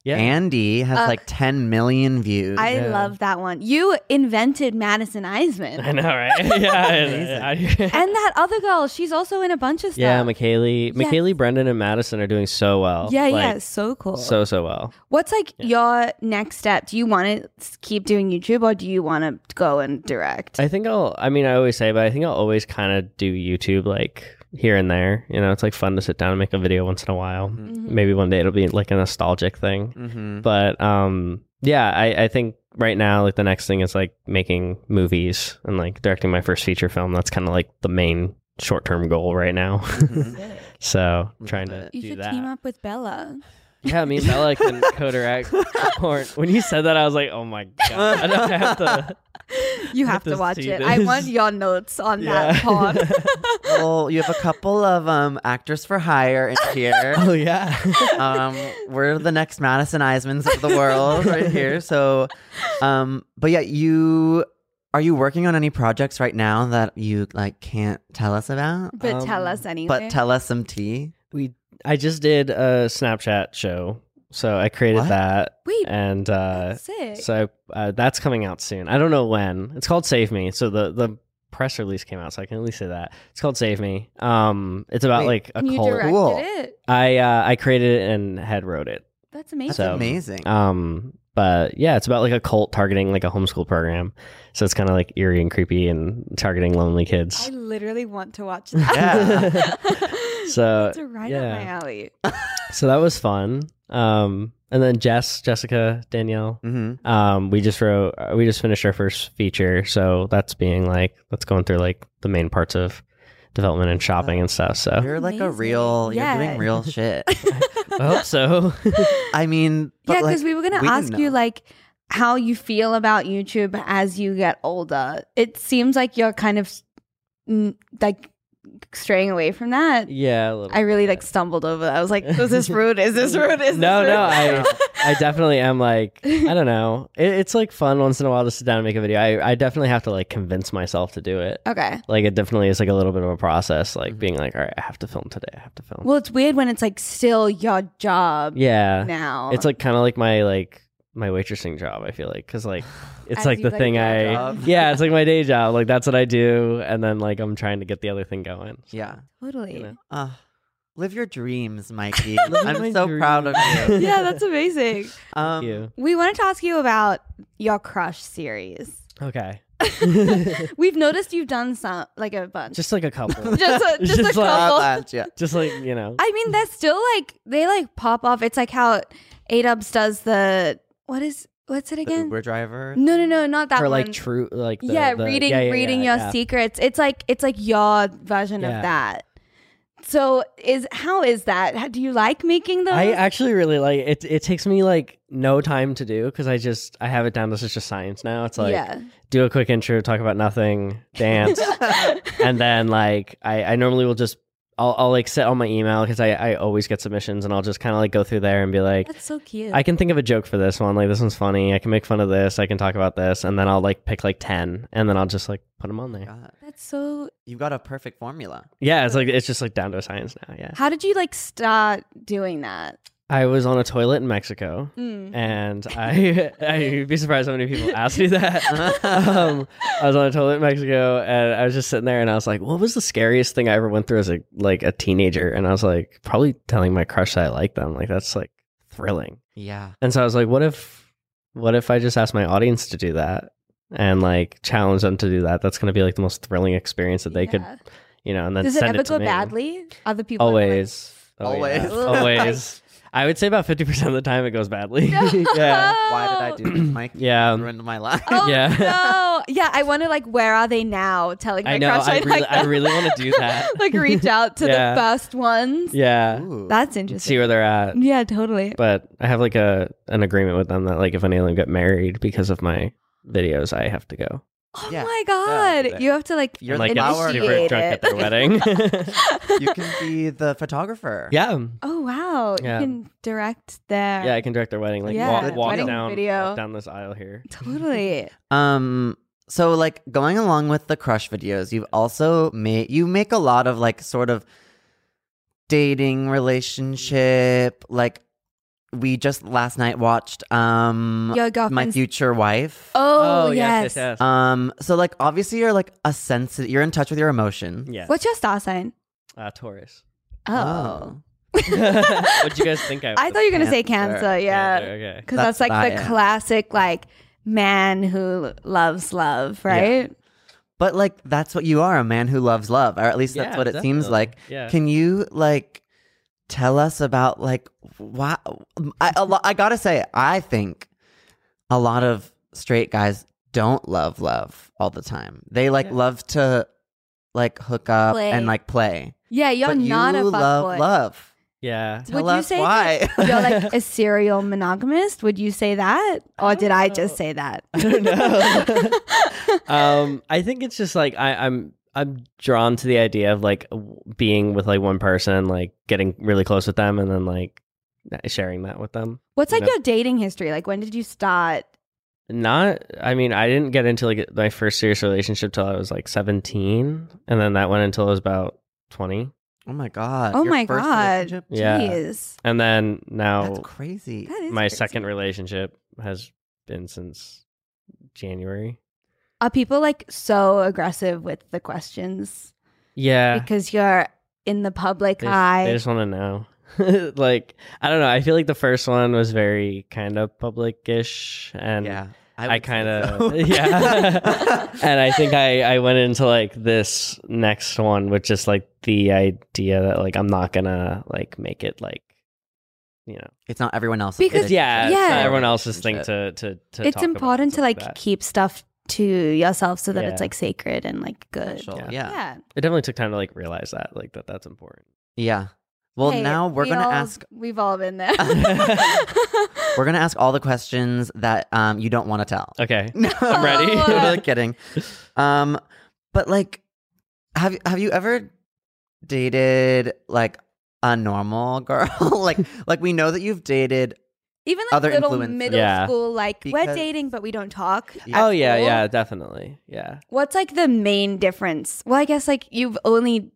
[SPEAKER 3] Yeah,
[SPEAKER 2] Andy has
[SPEAKER 1] Uh,
[SPEAKER 2] like 10 million views.
[SPEAKER 1] I
[SPEAKER 3] Yeah.
[SPEAKER 1] love that one. You invented Madison
[SPEAKER 3] I
[SPEAKER 1] Eisman.
[SPEAKER 3] know, right? yeah, I- I-
[SPEAKER 1] and that other girl, she's also in a bunch of stuff.
[SPEAKER 3] yeah. McKaylee,
[SPEAKER 1] Yes.
[SPEAKER 3] McKaylee, Brendan, and Madison are doing so well.
[SPEAKER 1] yeah,
[SPEAKER 3] Like,
[SPEAKER 1] yeah, so cool.
[SPEAKER 3] so so well.
[SPEAKER 1] What's like your next step? Do you want to keep doing YouTube or do you want to go and direct?
[SPEAKER 3] I think I'll. I mean, I always say, but I think I'll always kind of do YouTube like here and there. You know, it's like fun to sit down and make a video once in a while.
[SPEAKER 1] Mhm.
[SPEAKER 3] Maybe one day it'll be like a nostalgic thing.
[SPEAKER 2] hmm
[SPEAKER 3] But um, yeah, I, I think right now like the next thing is like making movies and like directing my first feature film. That's kind of like the main short term goal right now.
[SPEAKER 2] Mm-hmm.
[SPEAKER 3] so trying to
[SPEAKER 1] you
[SPEAKER 3] do
[SPEAKER 1] should
[SPEAKER 3] that.
[SPEAKER 1] team up with Bella.
[SPEAKER 3] Yeah, me and Bella can co-direct porn. When you said that, I was like, oh my god, I don't have to.
[SPEAKER 1] You
[SPEAKER 3] I
[SPEAKER 1] have to
[SPEAKER 3] have to
[SPEAKER 1] watch
[SPEAKER 3] see
[SPEAKER 1] it. I
[SPEAKER 3] this.
[SPEAKER 1] want your notes on that
[SPEAKER 3] Yeah.
[SPEAKER 1] pod.
[SPEAKER 2] well, you have a couple of um actors for hire in here.
[SPEAKER 3] Oh yeah.
[SPEAKER 2] um, we're the next Madison Eismans of the world right here. So, um, but yeah, you are you working on any projects right now that you like can't tell us about?
[SPEAKER 1] but tell
[SPEAKER 3] Um,
[SPEAKER 1] us anyway.
[SPEAKER 2] But tell us some tea.
[SPEAKER 3] I just did a Snapchat show, so I created
[SPEAKER 2] What?
[SPEAKER 3] that,
[SPEAKER 1] Wait,
[SPEAKER 3] and uh,
[SPEAKER 1] that's sick.
[SPEAKER 3] so uh, that's coming out soon. I don't know when. It's called Save Me. So the the press release came out, so I can at least say that it's called Save Me. Um, it's
[SPEAKER 2] Wait,
[SPEAKER 3] about like a
[SPEAKER 1] you
[SPEAKER 3] cult.
[SPEAKER 1] directed
[SPEAKER 2] Cool.
[SPEAKER 1] it.
[SPEAKER 3] I uh, I created it and head wrote it.
[SPEAKER 1] That's
[SPEAKER 2] That's
[SPEAKER 1] amazing.
[SPEAKER 3] So-
[SPEAKER 2] amazing.
[SPEAKER 3] Um, but yeah, it's about like a cult targeting like a homeschool program. So it's kind of like eerie and creepy and targeting lonely
[SPEAKER 1] I
[SPEAKER 3] kids.
[SPEAKER 1] literally want to watch that.
[SPEAKER 3] So
[SPEAKER 1] it's right
[SPEAKER 3] yeah.
[SPEAKER 1] up my alley.
[SPEAKER 3] so that was fun. Um, and then Jess, Jessica, Danielle.
[SPEAKER 2] hmm
[SPEAKER 3] Um, we just wrote, uh, we just finished our first feature, so that's being like that's going through like the main parts of development and shopping and stuff. So
[SPEAKER 2] You're like a
[SPEAKER 1] Amazing.
[SPEAKER 2] real. You're
[SPEAKER 1] Yeah.
[SPEAKER 2] doing real shit.
[SPEAKER 3] I hope so.
[SPEAKER 2] I mean, but
[SPEAKER 1] yeah,
[SPEAKER 2] like,
[SPEAKER 1] because we were gonna
[SPEAKER 2] we didn't
[SPEAKER 1] ask you
[SPEAKER 2] know.
[SPEAKER 1] like how you feel about YouTube as you get older. It seems like you're kind of mm, like straying away from that.
[SPEAKER 3] yeah, a little
[SPEAKER 1] I really
[SPEAKER 3] bit.
[SPEAKER 1] like stumbled over. that. I was like, "Is this rude? Is this rude? Is
[SPEAKER 3] No,
[SPEAKER 1] this
[SPEAKER 3] no,
[SPEAKER 1] rude?
[SPEAKER 3] I, I definitely am like, I don't know. It, it's like fun once in a while to sit down and make a video. I, I definitely have to like convince myself to do it.
[SPEAKER 1] okay."
[SPEAKER 3] Like it definitely is like a little bit of a process, like being like, all right, I have to film today. I have to film.
[SPEAKER 1] Mm-hmm. Well, it's weird when it's like still your job
[SPEAKER 3] yeah.
[SPEAKER 1] now.
[SPEAKER 3] It's like kind of like my like my waitressing job. I feel like because like it's
[SPEAKER 1] As
[SPEAKER 3] like
[SPEAKER 1] you,
[SPEAKER 3] the
[SPEAKER 1] like,
[SPEAKER 3] thing
[SPEAKER 1] your
[SPEAKER 3] I
[SPEAKER 2] job.
[SPEAKER 3] yeah, it's like my day job. Like that's what I do, and then like I'm trying to get the other thing going.
[SPEAKER 2] yeah.
[SPEAKER 1] totally.
[SPEAKER 3] you know.
[SPEAKER 2] Uh, live your dreams, Mikey.
[SPEAKER 3] Live
[SPEAKER 2] I'm
[SPEAKER 3] my
[SPEAKER 2] so proud of you.
[SPEAKER 3] dreams.
[SPEAKER 1] yeah, that's amazing.
[SPEAKER 2] Um,
[SPEAKER 3] you
[SPEAKER 1] We wanted to ask you about your crush series.
[SPEAKER 3] okay?
[SPEAKER 1] We've noticed you've done some like a bunch.
[SPEAKER 3] just like a couple,
[SPEAKER 1] just a, just
[SPEAKER 3] Just
[SPEAKER 1] a
[SPEAKER 3] like-
[SPEAKER 1] couple.
[SPEAKER 2] Not that, yeah.
[SPEAKER 3] just like you know.
[SPEAKER 1] I mean, they're still like they like pop off. It's like how Adubs does the what is what's it
[SPEAKER 2] The
[SPEAKER 1] again?
[SPEAKER 2] Uber driver.
[SPEAKER 1] No, no, no, not that
[SPEAKER 3] for
[SPEAKER 1] one.
[SPEAKER 3] like true, like the,
[SPEAKER 1] yeah,
[SPEAKER 3] the-
[SPEAKER 1] reading
[SPEAKER 3] yeah, yeah,
[SPEAKER 1] reading
[SPEAKER 3] yeah,
[SPEAKER 1] your
[SPEAKER 3] yeah.
[SPEAKER 1] secrets. It's like it's like your version
[SPEAKER 3] Yeah.
[SPEAKER 1] of that. So is how is that? How, do you like making those?
[SPEAKER 3] I actually really like it. It takes me like no time to do because I just I have it down to such a science now. It's like
[SPEAKER 1] yeah,
[SPEAKER 3] do a quick intro, talk about nothing, dance, and then like I I normally will just I'll I'll like set on my email because I I always get submissions and I'll just kind of like go through there and be like.
[SPEAKER 1] that's so cute.
[SPEAKER 3] I can think of a joke for this one. Like this one's funny. I can make fun of this. I can talk about this, and then I'll like pick like ten, and then I'll just like put them on there.
[SPEAKER 2] God,
[SPEAKER 1] that's so.
[SPEAKER 2] you've got a perfect formula.
[SPEAKER 3] Yeah, it's like it's just like down to a science now. Yeah,
[SPEAKER 1] How did you like start doing that?
[SPEAKER 3] I was on a toilet in Mexico,
[SPEAKER 1] Mm.
[SPEAKER 3] and I I'd be surprised how many people ask me that. um, I was on a toilet in Mexico, and I was just sitting there, and I was like, "What was the scariest thing I ever went through as a like a teenager?" And I was like, "Probably telling my crush that I like them. Like that's like thrilling."
[SPEAKER 2] Yeah.
[SPEAKER 3] And so I was like, "What if, what if I just ask my audience to do that?" And like challenge them to do that. That's going to be like the most thrilling experience that they could,
[SPEAKER 1] Yeah.
[SPEAKER 3] you know. And then
[SPEAKER 1] Does it
[SPEAKER 3] send
[SPEAKER 1] ever
[SPEAKER 3] to
[SPEAKER 1] go
[SPEAKER 3] me.
[SPEAKER 1] badly? Other people are like-
[SPEAKER 3] Always, Oh, yeah.
[SPEAKER 2] Always.
[SPEAKER 3] always. I would say about fifty percent of the time it goes badly.
[SPEAKER 1] No.
[SPEAKER 3] yeah,
[SPEAKER 2] Why did I do this, Mike?
[SPEAKER 3] Oh. yeah.
[SPEAKER 2] You ruined my life.
[SPEAKER 1] Oh
[SPEAKER 3] Yeah.
[SPEAKER 1] no! Yeah, I wonder like where are they now? Telling my
[SPEAKER 3] I know.
[SPEAKER 1] crush
[SPEAKER 3] I
[SPEAKER 1] I
[SPEAKER 3] really,
[SPEAKER 1] like
[SPEAKER 3] I
[SPEAKER 1] them.
[SPEAKER 3] really want to do that.
[SPEAKER 1] like reach out to
[SPEAKER 3] Yeah.
[SPEAKER 1] the best ones.
[SPEAKER 3] yeah,
[SPEAKER 2] Ooh.
[SPEAKER 1] That's
[SPEAKER 3] see
[SPEAKER 1] interesting.
[SPEAKER 3] where they're at.
[SPEAKER 1] Yeah, totally.
[SPEAKER 3] But I have like a an agreement with them that like if any of them get married because of my videos, I have to go.
[SPEAKER 1] Oh
[SPEAKER 2] Yeah.
[SPEAKER 1] my god,
[SPEAKER 2] Yeah.
[SPEAKER 1] you have to like.
[SPEAKER 2] You're
[SPEAKER 3] And,
[SPEAKER 2] the
[SPEAKER 3] like I'm super
[SPEAKER 1] initiate
[SPEAKER 3] drunk at their
[SPEAKER 1] it.
[SPEAKER 3] wedding.
[SPEAKER 2] you can be the photographer.
[SPEAKER 3] yeah,
[SPEAKER 1] oh wow,
[SPEAKER 3] Yeah.
[SPEAKER 1] you can direct there.
[SPEAKER 3] yeah, I can direct their wedding. Like
[SPEAKER 1] Yeah,
[SPEAKER 3] walk, walk
[SPEAKER 2] wedding
[SPEAKER 3] down
[SPEAKER 1] video.
[SPEAKER 3] walk down this aisle here.
[SPEAKER 1] totally.
[SPEAKER 2] Um. So like going along with the crush videos, you've also made you make a lot of like sort of dating relationship like we just last night watched um
[SPEAKER 1] Your
[SPEAKER 2] my
[SPEAKER 1] girlfriend's.
[SPEAKER 2] future wife.
[SPEAKER 1] oh, yes.
[SPEAKER 2] Um so like obviously you're like a sensitive you're in touch with your emotion.
[SPEAKER 3] Yeah.
[SPEAKER 1] What's your star sign?
[SPEAKER 3] Uh, Taurus.
[SPEAKER 1] Oh.
[SPEAKER 3] What'd you guys think I was?
[SPEAKER 1] I thought you were going to say
[SPEAKER 2] Cancer.
[SPEAKER 1] Cancer. Yeah.
[SPEAKER 3] Cancer, okay.
[SPEAKER 1] Because
[SPEAKER 2] That's
[SPEAKER 1] that's, like
[SPEAKER 2] about
[SPEAKER 1] the
[SPEAKER 2] it.
[SPEAKER 1] classic, like, man who loves love, right?
[SPEAKER 2] But like that's what you are, a man who loves love, or at least that's
[SPEAKER 3] Yeah,
[SPEAKER 2] what it seems
[SPEAKER 3] definitely.
[SPEAKER 2] like.
[SPEAKER 3] Yeah.
[SPEAKER 2] Can you like tell us about like why? I a lo- I gotta say, I think a lot of straight guys don't love love all the time. They like
[SPEAKER 3] Yeah.
[SPEAKER 2] love to like hook up
[SPEAKER 1] Play.
[SPEAKER 2] and like play.
[SPEAKER 1] Yeah, you're
[SPEAKER 2] but
[SPEAKER 1] not
[SPEAKER 2] you
[SPEAKER 1] a
[SPEAKER 2] love
[SPEAKER 1] fuckboy.
[SPEAKER 2] love.
[SPEAKER 3] Yeah.
[SPEAKER 1] Would
[SPEAKER 2] Tell
[SPEAKER 1] you
[SPEAKER 2] us
[SPEAKER 1] say
[SPEAKER 2] why?
[SPEAKER 1] You're like a serial monogamist. Would you say that? Or did I just
[SPEAKER 3] Oh.
[SPEAKER 1] say that?
[SPEAKER 3] I don't know. um, I think it's just like I, I'm I'm drawn to the idea of like w- being with like one person, like getting really close with them, and then like sharing that with them.
[SPEAKER 1] What's like
[SPEAKER 3] No.
[SPEAKER 1] your dating history? Like, when did you start?
[SPEAKER 3] Not, I mean, I didn't get into like my first serious relationship till I was like 17, and then that went until I was about 20,
[SPEAKER 2] oh my god!
[SPEAKER 1] Oh
[SPEAKER 2] your
[SPEAKER 1] my
[SPEAKER 2] first
[SPEAKER 1] God.
[SPEAKER 2] relationship?
[SPEAKER 3] Yeah.
[SPEAKER 1] Jeez.
[SPEAKER 3] and then now
[SPEAKER 2] That's crazy.
[SPEAKER 1] That is
[SPEAKER 3] my
[SPEAKER 1] crazy.
[SPEAKER 3] second relationship has been since January.
[SPEAKER 1] Are people like so aggressive with the questions
[SPEAKER 3] Yeah,
[SPEAKER 1] because you're in the public
[SPEAKER 3] They just-
[SPEAKER 1] eye?
[SPEAKER 3] They just want to know. like I don't know. I feel like the first one was very kind of public-ish, and
[SPEAKER 2] yeah,
[SPEAKER 3] I,
[SPEAKER 2] would say
[SPEAKER 3] kind of
[SPEAKER 2] so.
[SPEAKER 3] yeah. and I think I I went into like this next one with just like the idea that like I'm not gonna like make it like you know
[SPEAKER 2] it's not everyone else
[SPEAKER 1] Because- It's-
[SPEAKER 3] yeah it's not
[SPEAKER 1] yeah.
[SPEAKER 3] everyone else's thing to to to
[SPEAKER 1] it's
[SPEAKER 3] talk about
[SPEAKER 1] important to
[SPEAKER 3] stuff
[SPEAKER 1] like
[SPEAKER 3] that.
[SPEAKER 1] keep stuff to yourself so that
[SPEAKER 3] Yeah.
[SPEAKER 1] it's like sacred and like good.
[SPEAKER 2] Special,
[SPEAKER 3] Yeah.
[SPEAKER 2] yeah.
[SPEAKER 3] It definitely took time to like realize that like that that's important.
[SPEAKER 2] Yeah. Well,
[SPEAKER 1] Hey,
[SPEAKER 2] now we're
[SPEAKER 1] we
[SPEAKER 2] gonna
[SPEAKER 1] all-
[SPEAKER 2] ask.
[SPEAKER 1] We've all been there.
[SPEAKER 2] We're gonna ask all the questions that um you don't want to tell.
[SPEAKER 3] Okay.
[SPEAKER 2] No,
[SPEAKER 1] I'm ready.
[SPEAKER 2] I'm totally kidding. Um, but like, have have you ever dated like a normal girl? like, like we know that you've dated.
[SPEAKER 1] Even like
[SPEAKER 2] Other
[SPEAKER 1] little
[SPEAKER 2] influences.
[SPEAKER 1] middle
[SPEAKER 3] Yeah.
[SPEAKER 1] school, like we're
[SPEAKER 2] Because-
[SPEAKER 1] dating but we don't talk.
[SPEAKER 2] Yeah.
[SPEAKER 3] oh yeah,
[SPEAKER 1] cool.
[SPEAKER 3] yeah, definitely. Yeah.
[SPEAKER 1] What's like the main difference? Well, I guess like you've only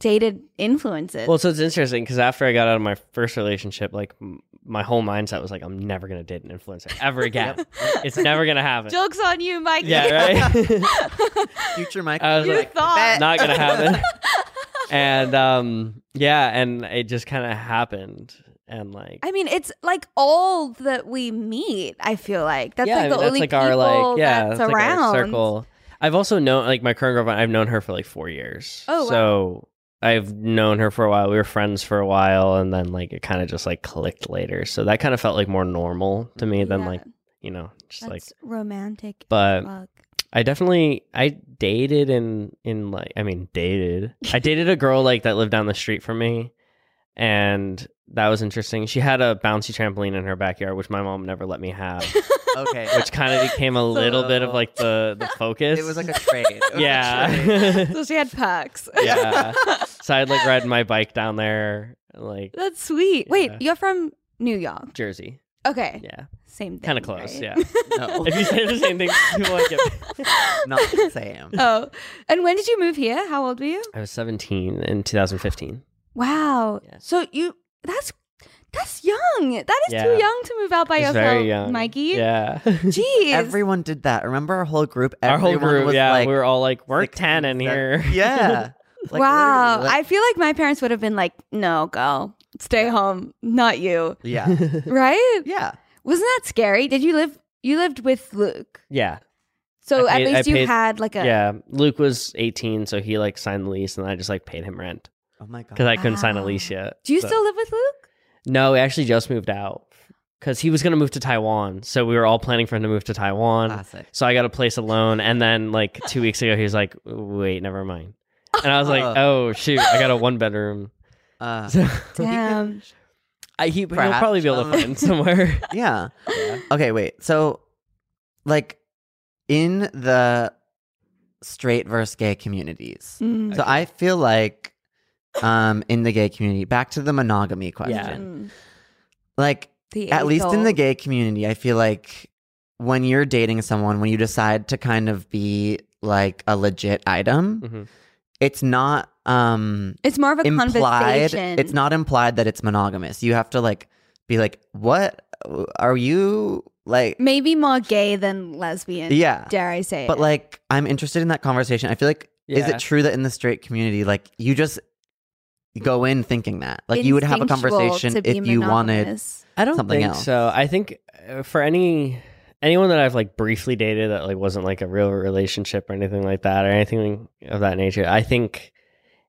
[SPEAKER 1] dated influences.
[SPEAKER 3] Well, so it's interesting because after I got out of my first relationship, like m- my whole mindset was like, I'm never gonna date an influencer ever again. it's never gonna happen.
[SPEAKER 1] Jokes on you, Mike.
[SPEAKER 3] yeah, right.
[SPEAKER 2] Future Mike.
[SPEAKER 3] I was
[SPEAKER 1] You
[SPEAKER 3] like,
[SPEAKER 1] thought.
[SPEAKER 2] bet.
[SPEAKER 3] not gonna happen. and um, yeah, and it just kind of happened, and like,
[SPEAKER 1] I mean, it's like all that we meet. I feel like that's
[SPEAKER 3] yeah, I
[SPEAKER 1] like
[SPEAKER 3] mean,
[SPEAKER 1] the only people
[SPEAKER 3] yeah,
[SPEAKER 1] that's,
[SPEAKER 3] that's like
[SPEAKER 1] around.
[SPEAKER 3] our circle. I've also known like my current girlfriend. I've known her for like four years.
[SPEAKER 1] Oh, wow.
[SPEAKER 3] so I've known her for a while. We were friends for a while, and then like it kind of just like clicked later. So that kind of felt like more normal to me than
[SPEAKER 1] Yeah,
[SPEAKER 3] like you know just
[SPEAKER 1] that's
[SPEAKER 3] like.
[SPEAKER 1] romantic.
[SPEAKER 3] But
[SPEAKER 1] fuck.
[SPEAKER 3] I definitely I dated in in like I mean dated. I dated a girl like that lived down the street from me and that was interesting. She had a bouncy trampoline in her backyard which my mom never let me have,
[SPEAKER 2] Okay.
[SPEAKER 3] which kind of became a little bit of like the the focus.
[SPEAKER 2] It was like a trade. It was a trade.
[SPEAKER 3] yeah.
[SPEAKER 1] so she had pucks.
[SPEAKER 3] yeah. So I'd like ride my bike down there like
[SPEAKER 1] that's sweet. Wait,
[SPEAKER 3] Yeah.
[SPEAKER 1] you're from New York?
[SPEAKER 3] Jersey.
[SPEAKER 1] Okay,
[SPEAKER 3] Yeah.
[SPEAKER 1] same thing.
[SPEAKER 3] Kind of close,
[SPEAKER 1] right?
[SPEAKER 3] yeah.
[SPEAKER 2] No.
[SPEAKER 3] If you say the same thing, people like it.
[SPEAKER 2] Not the same.
[SPEAKER 1] Oh, and when did you move here? How old were you?
[SPEAKER 3] I was 17 in 2015.
[SPEAKER 1] Wow.
[SPEAKER 3] Yeah.
[SPEAKER 1] So you that's that's young. That is too
[SPEAKER 3] Yeah.
[SPEAKER 1] young to move out by
[SPEAKER 3] It's
[SPEAKER 1] yourself,
[SPEAKER 3] very young.
[SPEAKER 1] Mikey.
[SPEAKER 3] Yeah.
[SPEAKER 1] Jeez.
[SPEAKER 2] Everyone did that. Remember our whole group.
[SPEAKER 3] Our whole
[SPEAKER 2] Everyone
[SPEAKER 3] group,
[SPEAKER 2] was
[SPEAKER 3] yeah,
[SPEAKER 2] like,
[SPEAKER 3] we were all like, we're
[SPEAKER 2] 16,
[SPEAKER 3] ten in here.
[SPEAKER 2] 17. Yeah. Like,
[SPEAKER 1] wow.
[SPEAKER 2] literally, like-
[SPEAKER 1] I feel like my parents would have been like, "No, girl, stay home, not you."
[SPEAKER 2] yeah.
[SPEAKER 1] Right?
[SPEAKER 2] Yeah.
[SPEAKER 1] Wasn't that scary? Did you live you lived with Luke?
[SPEAKER 3] yeah,
[SPEAKER 1] So
[SPEAKER 3] I paid-
[SPEAKER 1] at least
[SPEAKER 3] I
[SPEAKER 1] you
[SPEAKER 3] paid-
[SPEAKER 1] had like a
[SPEAKER 3] yeah. Luke was eighteen, so he like signed the lease, and I just like paid him rent
[SPEAKER 2] Oh my god.
[SPEAKER 3] because I couldn't sign a
[SPEAKER 1] Wow.
[SPEAKER 3] lease yet.
[SPEAKER 1] Do you
[SPEAKER 3] so-
[SPEAKER 1] still live with Luke?
[SPEAKER 3] No, we actually just moved out because he was gonna move to Taiwan, so we were all planning for him to move to Taiwan.
[SPEAKER 2] Classic.
[SPEAKER 3] So I got a place alone, and then like two weeks ago, he was like, "Wait, never mind." And I was like,
[SPEAKER 2] Oh.
[SPEAKER 3] "Oh shoot, I got a one bedroom."
[SPEAKER 2] Uh,
[SPEAKER 3] So
[SPEAKER 1] Damn.
[SPEAKER 3] I, he, he'll
[SPEAKER 2] Perhaps,
[SPEAKER 3] probably be able
[SPEAKER 2] um,
[SPEAKER 3] to find somewhere.
[SPEAKER 2] yeah. Okay, wait. So, like, in the straight versus gay communities,
[SPEAKER 1] Mm.
[SPEAKER 2] so I feel like, um, in the gay community, back to the monogamy question.
[SPEAKER 3] Yeah.
[SPEAKER 1] Mm.
[SPEAKER 2] Like,
[SPEAKER 1] The
[SPEAKER 2] at least in the
[SPEAKER 1] age-old.
[SPEAKER 2] gay community, I feel like when you're dating someone, when you decide to kind of be like a legit item,
[SPEAKER 3] Mhm.
[SPEAKER 2] it's not um
[SPEAKER 1] It's more of a
[SPEAKER 2] implied.
[SPEAKER 1] conversation.
[SPEAKER 2] It's not implied that it's monogamous. You have to like be like, what are you like?
[SPEAKER 1] maybe more gay than lesbian.
[SPEAKER 2] Yeah.
[SPEAKER 1] Dare I say
[SPEAKER 2] But
[SPEAKER 1] it.
[SPEAKER 2] like, I'm interested in that conversation. I feel like, is
[SPEAKER 3] Yeah.
[SPEAKER 2] it true that in the straight community, like, you just go in thinking that? Like, you would have a
[SPEAKER 1] Instinctual
[SPEAKER 2] conversation
[SPEAKER 1] to be
[SPEAKER 2] if you wanted.
[SPEAKER 1] monogamous.
[SPEAKER 3] I don't
[SPEAKER 2] something
[SPEAKER 3] think
[SPEAKER 2] else.
[SPEAKER 3] so. I think uh, for any anyone that I've like briefly dated that like wasn't like a real relationship or anything like that or anything of that nature, I think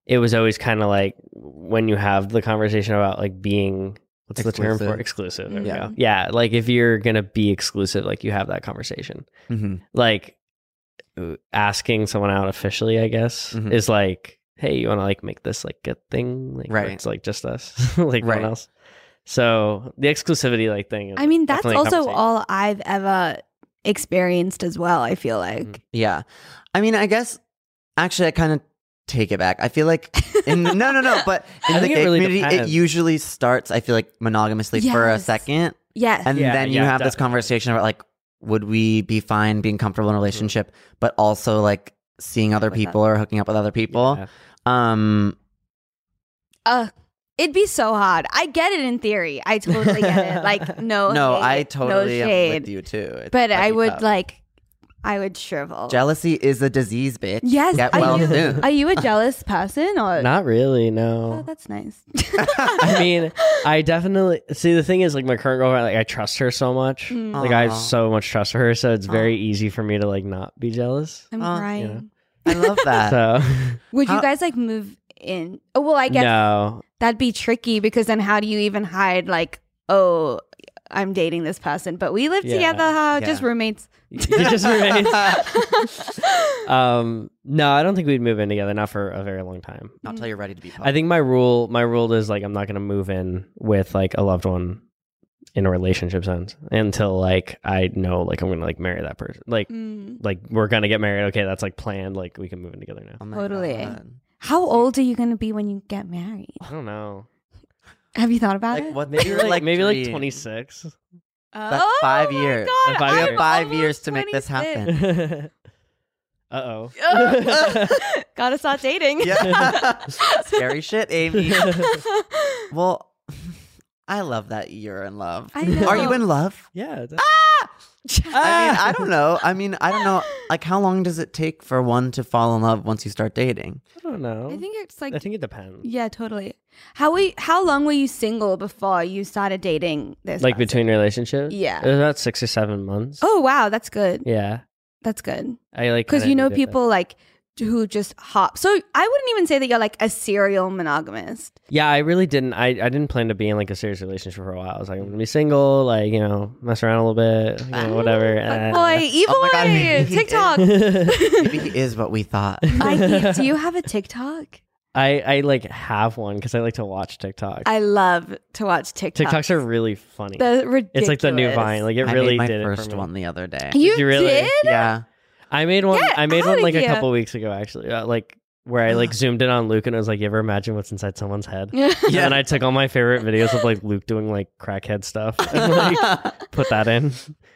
[SPEAKER 3] it was always kind of like when you have the conversation about like being what's the term for
[SPEAKER 2] Exclusive.
[SPEAKER 3] exclusive. There
[SPEAKER 1] Yeah.
[SPEAKER 3] we go. Yeah, like if you're gonna be exclusive, like you have that conversation.
[SPEAKER 2] Mhm.
[SPEAKER 3] Like uh, asking someone out officially, I guess,
[SPEAKER 2] Mhm.
[SPEAKER 3] is like, hey, you want to like make this like a thing, like where
[SPEAKER 2] Right.
[SPEAKER 3] It's like just us, like no
[SPEAKER 2] Right.
[SPEAKER 3] one else. So the exclusivity like thing. is
[SPEAKER 1] I mean, that's
[SPEAKER 3] definitely a
[SPEAKER 1] also
[SPEAKER 3] conversation.
[SPEAKER 1] all I've ever experienced as well, I feel
[SPEAKER 2] Mm-hmm.
[SPEAKER 1] like.
[SPEAKER 2] Yeah. I mean, I guess, actually, I kind of take it back. I feel like, in the, no, no, no, but in
[SPEAKER 3] I
[SPEAKER 2] the
[SPEAKER 3] think it
[SPEAKER 2] gay
[SPEAKER 3] really
[SPEAKER 2] community,
[SPEAKER 3] depends.
[SPEAKER 2] it usually starts, I feel like, monogamously for a
[SPEAKER 1] Yes.
[SPEAKER 2] second.
[SPEAKER 1] Yes.
[SPEAKER 2] And
[SPEAKER 3] Yeah,
[SPEAKER 2] then you
[SPEAKER 3] yeah,
[SPEAKER 2] have this
[SPEAKER 3] definitely. Mm-hmm.
[SPEAKER 2] conversation about like, would we be fine being comfortable in a relationship, but also like seeing other
[SPEAKER 1] With
[SPEAKER 2] people or hooking up with other people?
[SPEAKER 3] Yeah.
[SPEAKER 2] Um,
[SPEAKER 1] uh, it'd be so hard. I get it in theory. I totally get it. Like, no.
[SPEAKER 2] no,
[SPEAKER 1] hate,
[SPEAKER 2] I
[SPEAKER 1] no
[SPEAKER 2] totally am
[SPEAKER 1] shade.
[SPEAKER 2] with you too. It's
[SPEAKER 1] But I
[SPEAKER 2] fucking
[SPEAKER 1] would
[SPEAKER 2] tough.
[SPEAKER 1] like, I would shrivel.
[SPEAKER 2] jealousy is a disease, bitch.
[SPEAKER 1] Yes,
[SPEAKER 2] get
[SPEAKER 1] I
[SPEAKER 2] well
[SPEAKER 1] do.
[SPEAKER 2] soon.
[SPEAKER 1] Are you a jealous person or?
[SPEAKER 3] Not really,
[SPEAKER 1] Oh,
[SPEAKER 3] no.
[SPEAKER 1] that's nice.
[SPEAKER 3] I mean, I definitely see the thing is like my current girlfriend, like I trust her so much.
[SPEAKER 1] Mm.
[SPEAKER 3] Like I have
[SPEAKER 2] Aw.
[SPEAKER 3] so much trust for her, so it's very easy for me to like not be jealous.
[SPEAKER 1] I'm
[SPEAKER 2] Uh,
[SPEAKER 1] crying.
[SPEAKER 2] I
[SPEAKER 3] yeah.
[SPEAKER 2] love that.
[SPEAKER 3] So
[SPEAKER 1] Would you
[SPEAKER 2] How-
[SPEAKER 1] guys like move in? Oh, well, I guess
[SPEAKER 3] no.
[SPEAKER 1] that'd be tricky because then how do you even hide like, oh, I'm dating this person, but we live
[SPEAKER 3] Yeah.
[SPEAKER 1] together, huh? Just
[SPEAKER 2] Yeah.
[SPEAKER 1] roommates.
[SPEAKER 3] You just remain. Um no, I don't think we'd move in together, not for a very long time.
[SPEAKER 2] Not till you're ready to be. Public.
[SPEAKER 3] I think my rule my rule is like I'm not gonna move in with like a loved one in a relationship sense until like I know like I'm gonna like marry that person. Like
[SPEAKER 1] Mm.
[SPEAKER 3] like we're gonna get married. Okay, that's like planned. Like we can move in together now.
[SPEAKER 2] Oh my
[SPEAKER 1] Totally.
[SPEAKER 2] God.
[SPEAKER 1] How old are you going to be when you get married?
[SPEAKER 3] I don't know.
[SPEAKER 1] Have you thought about
[SPEAKER 2] Like
[SPEAKER 1] it?
[SPEAKER 2] what?
[SPEAKER 3] Maybe
[SPEAKER 2] you're
[SPEAKER 3] like, maybe like
[SPEAKER 2] dream.
[SPEAKER 3] 26.
[SPEAKER 2] that's
[SPEAKER 1] five
[SPEAKER 2] five years.
[SPEAKER 1] Oh God,
[SPEAKER 3] That's five
[SPEAKER 1] I'm
[SPEAKER 3] years.
[SPEAKER 2] Five years to
[SPEAKER 1] almost
[SPEAKER 2] make this
[SPEAKER 1] 26.
[SPEAKER 2] happen.
[SPEAKER 3] uh oh.
[SPEAKER 1] Gotta start dating.
[SPEAKER 2] Yeah. Scary shit, Amy. Well, I love that you're in love.
[SPEAKER 1] I know.
[SPEAKER 2] Are you in love?
[SPEAKER 3] yeah. that's-
[SPEAKER 2] I mean, I don't know. I mean, I don't know. Like, how long does it take for one to fall in love once you start dating?
[SPEAKER 3] I don't know.
[SPEAKER 1] I think it's like
[SPEAKER 3] I think it depends.
[SPEAKER 1] Yeah, totally. How we how long were you single before you started dating this?
[SPEAKER 3] Like
[SPEAKER 1] person?
[SPEAKER 3] between relationships.
[SPEAKER 1] Yeah.
[SPEAKER 3] It was about six or seven months.
[SPEAKER 1] Oh wow, that's good.
[SPEAKER 3] Yeah.
[SPEAKER 1] That's good.
[SPEAKER 3] I like
[SPEAKER 1] Because
[SPEAKER 3] kinda
[SPEAKER 1] you know
[SPEAKER 3] did that.
[SPEAKER 1] people like who just hop. So I wouldn't even say that you're like a serial monogamist.
[SPEAKER 3] Yeah, I really didn't. I, I didn't plan to be in like a serious relationship for a while. I was like,
[SPEAKER 1] Mm.
[SPEAKER 3] I'm gonna be single, like you know, mess around a little bit, you know, whatever.
[SPEAKER 1] Fuck
[SPEAKER 3] eh.
[SPEAKER 1] boy, evil
[SPEAKER 2] Oh my God, he-
[SPEAKER 1] way.
[SPEAKER 2] he-
[SPEAKER 1] TikTok.
[SPEAKER 2] Maybe he is what we thought.
[SPEAKER 1] I hate, do you have a TikTok?
[SPEAKER 3] I I like have one because I like to watch TikTok.
[SPEAKER 1] I love to watch TikTok.
[SPEAKER 3] TikToks are really funny.
[SPEAKER 1] the ridiculous.
[SPEAKER 3] It's like the new Vine. Like it
[SPEAKER 2] I
[SPEAKER 3] really
[SPEAKER 2] made my
[SPEAKER 3] did it
[SPEAKER 2] first
[SPEAKER 3] for me.
[SPEAKER 2] one the other day.
[SPEAKER 1] you,
[SPEAKER 3] you really-
[SPEAKER 1] did?
[SPEAKER 2] yeah.
[SPEAKER 3] I made one.
[SPEAKER 1] Get
[SPEAKER 3] I made
[SPEAKER 1] outta
[SPEAKER 3] one like a
[SPEAKER 1] here.
[SPEAKER 3] couple weeks ago, actually. Uh, like where I like zoomed in on Luke and I was like, "You ever imagine what's inside someone's head?" And then I took all my favorite videos of like Luke doing like crackhead stuff and like put that in.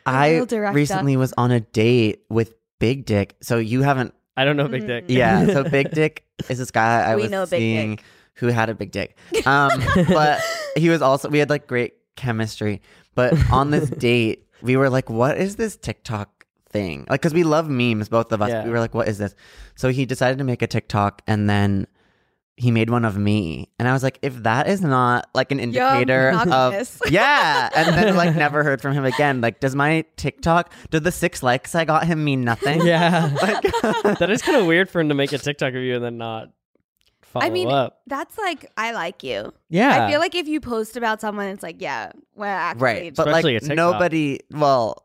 [SPEAKER 2] I
[SPEAKER 1] Real director.
[SPEAKER 2] recently was on a date with Big Dick. So you haven't,
[SPEAKER 3] I don't know, Big Dick.
[SPEAKER 2] yeah. So Big Dick is this guy I
[SPEAKER 1] We
[SPEAKER 2] was
[SPEAKER 1] know Big
[SPEAKER 2] seeing
[SPEAKER 1] Dick.
[SPEAKER 2] who had a big dick. Um, but he was also, we had like great chemistry. But on this date, we were like, what is this TikTok thing? Like, because we love memes, both of us.
[SPEAKER 3] Yeah.
[SPEAKER 2] We were like, what is this? So he decided to make a TikTok and then he made one of me. And I was like, if that is not like an
[SPEAKER 1] You're
[SPEAKER 2] indicator of
[SPEAKER 1] monogamous.
[SPEAKER 2] yeah. And then like never heard from him again. Like, does my TikTok, did the six likes I got him mean nothing?
[SPEAKER 3] Yeah. that is kind of weird for him to make a TikTok of you and then not follow
[SPEAKER 1] I mean,
[SPEAKER 3] up.
[SPEAKER 1] that's like I like you.
[SPEAKER 3] Yeah.
[SPEAKER 1] I feel like if you post about someone, it's like, yeah, we're actually
[SPEAKER 2] Right. But
[SPEAKER 3] Especially a
[SPEAKER 2] like
[SPEAKER 3] TikTok.
[SPEAKER 2] nobody, well,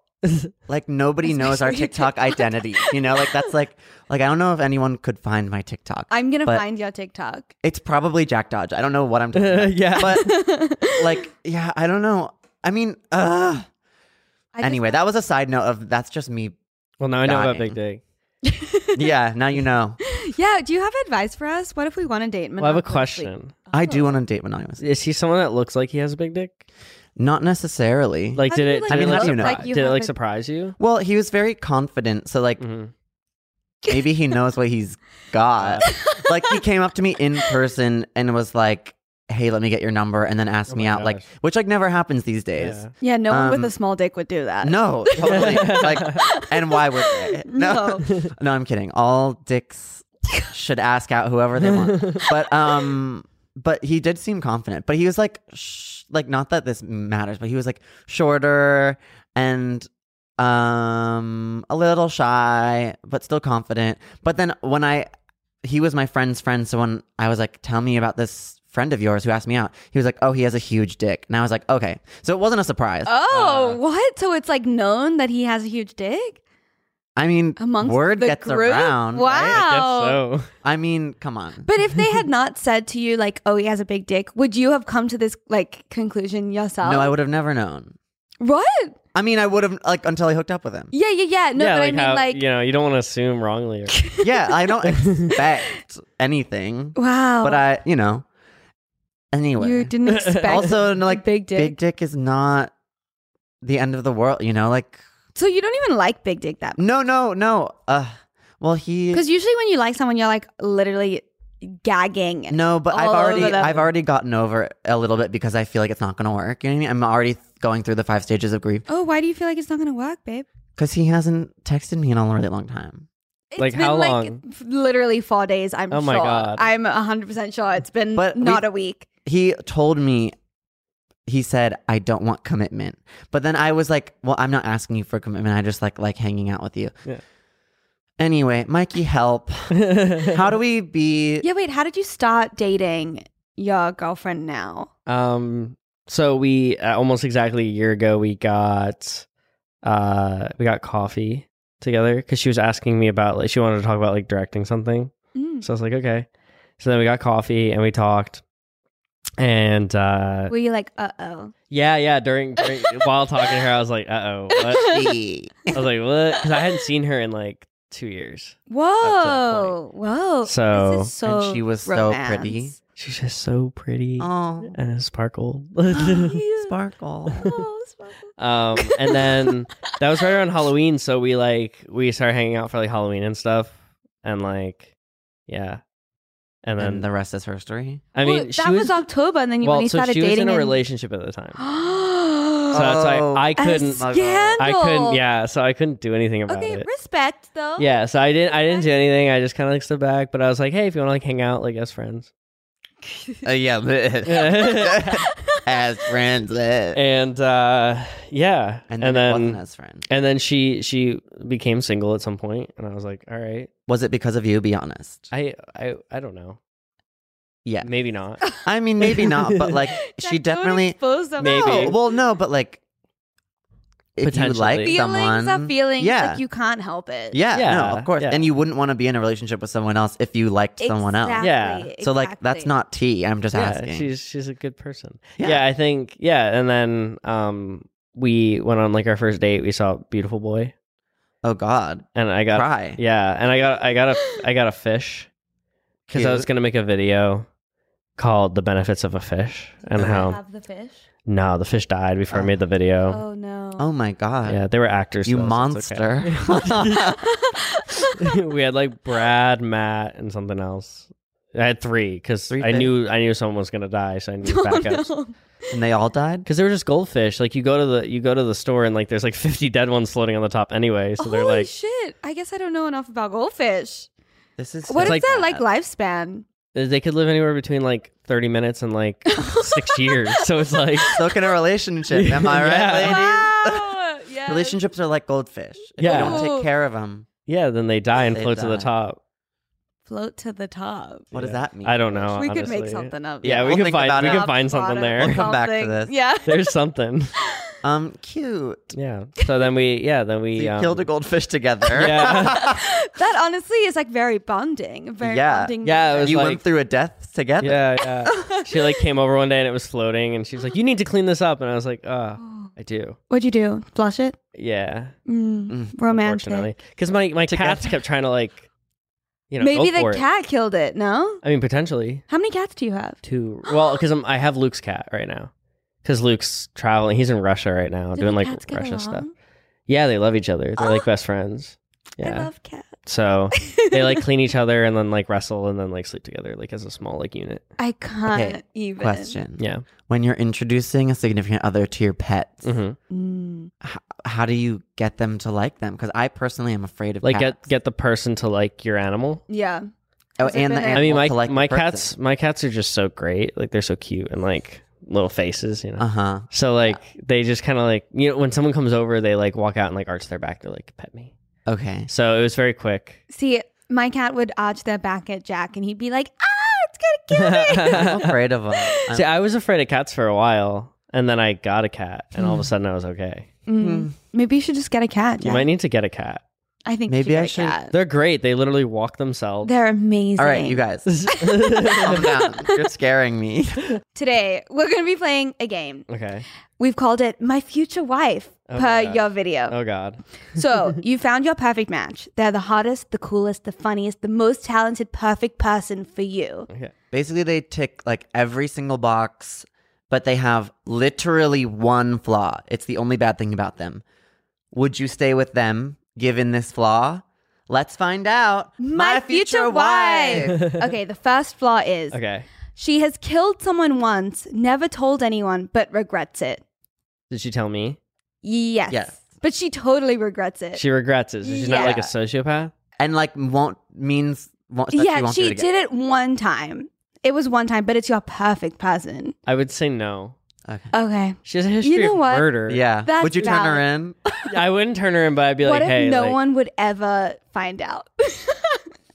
[SPEAKER 2] like nobody knows our
[SPEAKER 1] Especially a
[SPEAKER 2] TikTok identity. You know, like that's like, like I don't know if anyone could find my TikTok.
[SPEAKER 1] I'm gonna
[SPEAKER 2] But-
[SPEAKER 1] find your TikTok.
[SPEAKER 2] it's probably Jack Dodge. I don't know what I'm talking about.
[SPEAKER 3] Yeah.
[SPEAKER 2] But like, yeah, I don't know. I mean, uh,
[SPEAKER 1] I just-
[SPEAKER 2] anyway, that was a side note of that's just me.
[SPEAKER 3] well, now I know about
[SPEAKER 2] Dying.
[SPEAKER 3] Big Dick.
[SPEAKER 2] Yeah, now you know.
[SPEAKER 1] yeah. Do you have advice for us? What if we want to date?
[SPEAKER 3] Well, I have a
[SPEAKER 1] monogamously?
[SPEAKER 3] question.
[SPEAKER 2] I do want to date monogamous.
[SPEAKER 3] Is he someone that looks like he has a big dick?
[SPEAKER 2] Not necessarily.
[SPEAKER 3] Like,
[SPEAKER 1] How
[SPEAKER 3] did
[SPEAKER 1] do you,
[SPEAKER 3] it?
[SPEAKER 1] like,
[SPEAKER 3] did it
[SPEAKER 2] look
[SPEAKER 3] like,
[SPEAKER 2] like
[SPEAKER 3] surpri-
[SPEAKER 1] you
[SPEAKER 3] did it like
[SPEAKER 1] haven't-
[SPEAKER 3] surprise you?
[SPEAKER 2] well, he was very confident, so like
[SPEAKER 3] Mhm.
[SPEAKER 2] maybe he knows what he's got. like he came up to me in person and was like, "Hey, let me get your number," and then asked
[SPEAKER 3] Oh
[SPEAKER 2] me
[SPEAKER 3] my
[SPEAKER 2] out, like
[SPEAKER 3] gosh.
[SPEAKER 2] which like never happens these days.
[SPEAKER 3] Yeah.
[SPEAKER 1] Yeah, no one
[SPEAKER 2] Um,
[SPEAKER 1] with a small dick would do that.
[SPEAKER 2] No, totally. like, and why would they?
[SPEAKER 1] No.
[SPEAKER 2] no, I'm kidding. All dicks should ask out whoever they want. But um, but he did seem confident. But he was like, sh- like not that this matters, but he was like shorter and um a little shy, but still confident. But then when I, he was my friend's friend, so when I was like, tell me about this friend of yours who asked me out, he was like, oh, he has a huge dick, and I was like, okay, so it wasn't a surprise.
[SPEAKER 1] Oh,
[SPEAKER 3] Uh,
[SPEAKER 1] what? So it's like known that he has a huge dick
[SPEAKER 2] I mean,
[SPEAKER 1] amongst
[SPEAKER 2] word
[SPEAKER 1] the
[SPEAKER 2] gets
[SPEAKER 1] group.
[SPEAKER 2] around.
[SPEAKER 1] wow.
[SPEAKER 2] right?
[SPEAKER 3] I guess so.
[SPEAKER 2] I mean, come on.
[SPEAKER 1] But if they had not said to you like, "Oh, he has a big dick," would you have come to this like conclusion yourself?
[SPEAKER 2] No, I would have never known.
[SPEAKER 1] What?
[SPEAKER 2] I mean, I would have like until I hooked up with him.
[SPEAKER 1] Yeah, yeah, yeah. No,
[SPEAKER 3] yeah,
[SPEAKER 1] but
[SPEAKER 3] like
[SPEAKER 1] I mean,
[SPEAKER 3] how
[SPEAKER 1] like,
[SPEAKER 3] you know, you don't want to assume wrongly. Or,
[SPEAKER 2] yeah, I don't expect anything,
[SPEAKER 1] wow.
[SPEAKER 2] but I, you know. Anyway,
[SPEAKER 1] you didn't expect
[SPEAKER 2] also no, like
[SPEAKER 1] big dick.
[SPEAKER 2] big dick is not the end of the world. You know, like
[SPEAKER 1] So you don't even like big dick that much.
[SPEAKER 2] no, no, no. Uh, well, he
[SPEAKER 1] Because usually when you like someone, you're like literally gagging.
[SPEAKER 2] no, but I've
[SPEAKER 1] all over
[SPEAKER 2] already
[SPEAKER 1] them.
[SPEAKER 2] I've already gotten over it a little bit because I feel like it's not going to work. You know what I mean? I'm already going through the five stages of grief
[SPEAKER 1] Oh, why do you feel like it's not going to work, babe?
[SPEAKER 2] because he hasn't texted me in a really long time.
[SPEAKER 1] It's
[SPEAKER 3] Like, how long?
[SPEAKER 1] f- literally four days. I'm
[SPEAKER 3] Oh my
[SPEAKER 1] sure.
[SPEAKER 3] God.
[SPEAKER 1] I'm 100 percent sure it's been
[SPEAKER 2] But
[SPEAKER 1] not
[SPEAKER 2] we-
[SPEAKER 1] a week.
[SPEAKER 2] he told me he said i don't want commitment but then i was like well i'm not asking you for commitment i just like like hanging out with you
[SPEAKER 3] Yeah.
[SPEAKER 2] anyway mikey help how do we be
[SPEAKER 1] Yeah, wait. How did you start dating your girlfriend now?
[SPEAKER 3] Um. So we uh, almost exactly a year ago we got, uh, we got coffee together because she was asking me about like she wanted to talk about like directing something.
[SPEAKER 1] Mm.
[SPEAKER 3] So I was like, okay. So then we got coffee and we talked, and uh,
[SPEAKER 1] Were you like, uh oh?
[SPEAKER 3] yeah, yeah. During, during while talking to her, I was like, uh oh.
[SPEAKER 2] be?
[SPEAKER 3] I was like, what? Because I hadn't seen her in like two years.
[SPEAKER 1] Whoa, whoa.
[SPEAKER 3] So-
[SPEAKER 1] this is so
[SPEAKER 2] And she was so
[SPEAKER 1] romance.
[SPEAKER 2] pretty.
[SPEAKER 3] She's just so pretty
[SPEAKER 2] oh
[SPEAKER 3] and sparkle.
[SPEAKER 2] sparkle
[SPEAKER 1] Oh, sparkle.
[SPEAKER 3] Um, and then that was right around Halloween, so we like we started hanging out for like Halloween and stuff, and like, yeah, and then
[SPEAKER 2] and the rest is her story
[SPEAKER 3] I mean
[SPEAKER 1] Well,
[SPEAKER 3] she
[SPEAKER 1] that was, October, and then you,
[SPEAKER 3] well,
[SPEAKER 1] when you
[SPEAKER 3] so
[SPEAKER 1] started
[SPEAKER 3] she was
[SPEAKER 1] dating
[SPEAKER 3] in a
[SPEAKER 1] in-
[SPEAKER 3] relationship at the time, so
[SPEAKER 1] so
[SPEAKER 3] that's
[SPEAKER 2] Oh.
[SPEAKER 3] why I couldn't,
[SPEAKER 2] scandal.
[SPEAKER 3] I couldn't, yeah, so I couldn't do anything about
[SPEAKER 1] Okay,
[SPEAKER 3] it.
[SPEAKER 1] respect though.
[SPEAKER 3] Yeah, so I didn't, I didn't do anything. I just kind of like stood back, but I was like, hey, if you want to like hang out, like as friends,
[SPEAKER 2] uh, yeah
[SPEAKER 3] Yeah.
[SPEAKER 2] as friends eh.
[SPEAKER 3] and uh, yeah,
[SPEAKER 2] and
[SPEAKER 3] and
[SPEAKER 2] then,
[SPEAKER 3] then.
[SPEAKER 2] it wasn't as friends
[SPEAKER 3] and then she she became single at some point, and I was like, "All right,
[SPEAKER 2] was it because of you be honest
[SPEAKER 3] I I I don't know.
[SPEAKER 2] yeah
[SPEAKER 3] Maybe not.
[SPEAKER 2] i mean maybe not but like
[SPEAKER 1] Jack,
[SPEAKER 2] she
[SPEAKER 1] don't
[SPEAKER 2] definitely
[SPEAKER 1] expose them.
[SPEAKER 3] Maybe.
[SPEAKER 2] No, well, no, but like, if you
[SPEAKER 3] Potentially.
[SPEAKER 2] like
[SPEAKER 1] feelings
[SPEAKER 2] someone,
[SPEAKER 1] are feelings.
[SPEAKER 2] yeah,
[SPEAKER 1] like you can't help it.
[SPEAKER 2] yeah, no,
[SPEAKER 3] Yeah,
[SPEAKER 2] of course,
[SPEAKER 3] yeah.
[SPEAKER 2] and you wouldn't want to be in a relationship with someone else if you liked someone else.
[SPEAKER 1] Exactly,
[SPEAKER 3] Yeah.
[SPEAKER 2] So like, that's
[SPEAKER 1] exactly.
[SPEAKER 2] not tea. I'm just
[SPEAKER 3] yeah,
[SPEAKER 2] asking.
[SPEAKER 3] she's she's a good person.
[SPEAKER 2] Yeah.
[SPEAKER 3] Yeah. I think yeah. And then um, we went on like our first date. We saw Beautiful Boy,
[SPEAKER 2] oh God,
[SPEAKER 3] and I got
[SPEAKER 2] cry.
[SPEAKER 3] yeah, and I got I got a I got a fish because I was
[SPEAKER 2] Cute.
[SPEAKER 3] gonna make a video called "The Benefits of a Fish" and
[SPEAKER 2] Okay.
[SPEAKER 3] how
[SPEAKER 1] have the fish.
[SPEAKER 3] no, the fish died before
[SPEAKER 2] Oh.
[SPEAKER 3] I made the video.
[SPEAKER 1] Oh no.
[SPEAKER 2] Oh my God.
[SPEAKER 3] Yeah, they were actors.
[SPEAKER 2] You
[SPEAKER 3] though, so it's
[SPEAKER 2] monster.
[SPEAKER 3] okay. we had like Brad, Matt, and something else. I had three because
[SPEAKER 2] Three
[SPEAKER 3] I
[SPEAKER 2] fish.
[SPEAKER 3] knew I knew someone was gonna die, so I needed
[SPEAKER 1] Oh,
[SPEAKER 3] backups.
[SPEAKER 1] no.
[SPEAKER 2] and they all died.
[SPEAKER 3] because they were just goldfish. Like you go to the you go to the store and like there's like 50 dead ones floating on the top anyway. So they're
[SPEAKER 1] Holy
[SPEAKER 3] like
[SPEAKER 1] shit! I guess I don't know enough about goldfish.
[SPEAKER 2] This is
[SPEAKER 1] What is
[SPEAKER 2] so
[SPEAKER 1] that
[SPEAKER 2] sad.
[SPEAKER 1] like lifespan?
[SPEAKER 3] they could live anywhere between like 30 minutes and like six years. So it's like
[SPEAKER 2] Look in a relationship. Am I right,
[SPEAKER 3] Yeah.
[SPEAKER 2] ladies?
[SPEAKER 1] Wow. yes.
[SPEAKER 2] Relationships are like goldfish. If
[SPEAKER 3] Yeah.
[SPEAKER 2] you don't
[SPEAKER 1] Ooh.
[SPEAKER 2] take care of them,
[SPEAKER 3] yeah, then they die and
[SPEAKER 2] They
[SPEAKER 3] float to the
[SPEAKER 2] die.
[SPEAKER 3] top.
[SPEAKER 1] float to the top.
[SPEAKER 2] what does
[SPEAKER 3] Yeah.
[SPEAKER 2] that mean?
[SPEAKER 3] I don't know.
[SPEAKER 1] we could make
[SPEAKER 3] honestly.
[SPEAKER 1] something up.
[SPEAKER 3] Yeah,
[SPEAKER 2] Yeah,
[SPEAKER 3] we
[SPEAKER 2] we'll
[SPEAKER 3] can
[SPEAKER 2] think
[SPEAKER 3] find
[SPEAKER 2] about
[SPEAKER 3] we
[SPEAKER 2] it.
[SPEAKER 3] can find something
[SPEAKER 1] Bottom
[SPEAKER 3] there.
[SPEAKER 2] We'll come back to
[SPEAKER 1] something.
[SPEAKER 2] this.
[SPEAKER 1] Yeah.
[SPEAKER 3] there's something.
[SPEAKER 2] Um, cute.
[SPEAKER 3] Yeah. So then we yeah then we
[SPEAKER 2] So you
[SPEAKER 3] um,
[SPEAKER 2] killed a goldfish together.
[SPEAKER 3] Yeah.
[SPEAKER 1] that honestly is like very bonding. Very
[SPEAKER 2] Yeah.
[SPEAKER 1] bonding.
[SPEAKER 3] Yeah, it was
[SPEAKER 2] you
[SPEAKER 3] like
[SPEAKER 2] went through a death together.
[SPEAKER 3] yeah yeah. She like came over one day and it was floating and she's like you need to clean this up and I was like uh I do
[SPEAKER 1] What'd you do? Flush it?
[SPEAKER 3] yeah
[SPEAKER 1] Mm,
[SPEAKER 2] Mm,
[SPEAKER 1] romantic.
[SPEAKER 3] unfortunately because my my cats kept trying to like you know
[SPEAKER 1] Maybe
[SPEAKER 3] go for
[SPEAKER 1] the
[SPEAKER 3] it.
[SPEAKER 1] cat killed it. No.
[SPEAKER 3] I mean, potentially
[SPEAKER 1] How many cats do you have?
[SPEAKER 3] two. Well, because I have Luke's cat right now. because Luke's traveling. He's in Russia right now,
[SPEAKER 1] Do
[SPEAKER 3] Oh, doing
[SPEAKER 1] the
[SPEAKER 3] like
[SPEAKER 1] cats get
[SPEAKER 3] Russia stuff.
[SPEAKER 1] along?
[SPEAKER 3] Yeah, they love each other. They're like
[SPEAKER 1] Oh.
[SPEAKER 3] best friends. Yeah.
[SPEAKER 1] I love cats.
[SPEAKER 3] so they like clean each other and then like wrestle and then like sleep together like as a small like unit.
[SPEAKER 1] I can't
[SPEAKER 2] Okay,
[SPEAKER 1] even.
[SPEAKER 2] Question.
[SPEAKER 3] Yeah.
[SPEAKER 2] When you're introducing a significant other to your pets,
[SPEAKER 3] hmm
[SPEAKER 1] Mm.
[SPEAKER 3] Mm-hmm.
[SPEAKER 2] how do you get them to like them? Because I personally am afraid of
[SPEAKER 3] Like
[SPEAKER 2] cats.
[SPEAKER 3] get get the person to like your animal.
[SPEAKER 1] Yeah.
[SPEAKER 2] oh,
[SPEAKER 1] Is it
[SPEAKER 2] and the
[SPEAKER 1] gonna- I
[SPEAKER 2] animal
[SPEAKER 3] I mean, my
[SPEAKER 2] to like
[SPEAKER 3] my cats my cats are just so great. Like they're so cute and like little faces, you know.
[SPEAKER 2] Uh huh.
[SPEAKER 3] so like they just kind of like you know when someone comes over, they like walk out and like arch their back. They're like pet me.
[SPEAKER 2] Okay.
[SPEAKER 3] So it was very quick.
[SPEAKER 1] See, my cat would arch their back at Jack, and he'd be like, "Ah, it's gonna kill me."
[SPEAKER 2] I'm afraid of them. I'm-
[SPEAKER 3] See, I was afraid of cats for a while, and then I got a cat, and all
[SPEAKER 2] Hmm.
[SPEAKER 3] of a sudden I was okay.
[SPEAKER 1] Mm. Maybe you should just get a cat.
[SPEAKER 3] Hmm.
[SPEAKER 1] Jack.
[SPEAKER 3] You might need to get a cat.
[SPEAKER 1] I think
[SPEAKER 2] Maybe
[SPEAKER 1] you
[SPEAKER 2] I
[SPEAKER 1] should get a
[SPEAKER 2] should-
[SPEAKER 1] Cat.
[SPEAKER 3] They're great. They literally walk themselves.
[SPEAKER 1] They're amazing.
[SPEAKER 2] All right, you guys, calm down. You're scaring me.
[SPEAKER 1] Today we're gonna be playing a game.
[SPEAKER 3] okay.
[SPEAKER 1] We've called it "My Future Wife"
[SPEAKER 3] Oh
[SPEAKER 1] per
[SPEAKER 3] my God.
[SPEAKER 1] your video.
[SPEAKER 3] Oh God.
[SPEAKER 1] So you found your perfect match. They're the hottest, the coolest, the funniest, the most talented, perfect person for you.
[SPEAKER 3] Okay.
[SPEAKER 2] Basically, they tick like every single box, but they have literally one flaw. It's the only bad thing about them. Would you stay with them given this flaw? Let's find out.
[SPEAKER 1] okay, the first flaw is
[SPEAKER 3] Okay.
[SPEAKER 1] she has killed someone once, never told anyone, but regrets it.
[SPEAKER 3] Did she tell me?
[SPEAKER 1] Yes.
[SPEAKER 2] Yes.
[SPEAKER 1] But she totally regrets
[SPEAKER 2] Uh,
[SPEAKER 1] it.
[SPEAKER 3] She regrets it. So she's not like a
[SPEAKER 1] Yeah.
[SPEAKER 3] sociopath.
[SPEAKER 2] And like, won't means won't. That she,
[SPEAKER 1] yeah,
[SPEAKER 2] won't
[SPEAKER 1] she
[SPEAKER 2] do it again.
[SPEAKER 1] did it one time. It was one time, but it's your perfect person.
[SPEAKER 3] I would say no.
[SPEAKER 2] Okay.
[SPEAKER 1] Okay.
[SPEAKER 3] She has a history
[SPEAKER 1] know
[SPEAKER 3] of
[SPEAKER 1] what?
[SPEAKER 3] murder.
[SPEAKER 2] Yeah.
[SPEAKER 1] That's
[SPEAKER 2] Would you turn her in?
[SPEAKER 1] valid.
[SPEAKER 3] I wouldn't turn her in, but I'd be
[SPEAKER 1] what
[SPEAKER 3] like,
[SPEAKER 1] if
[SPEAKER 3] hey,
[SPEAKER 1] no
[SPEAKER 3] like,
[SPEAKER 1] one would ever find out?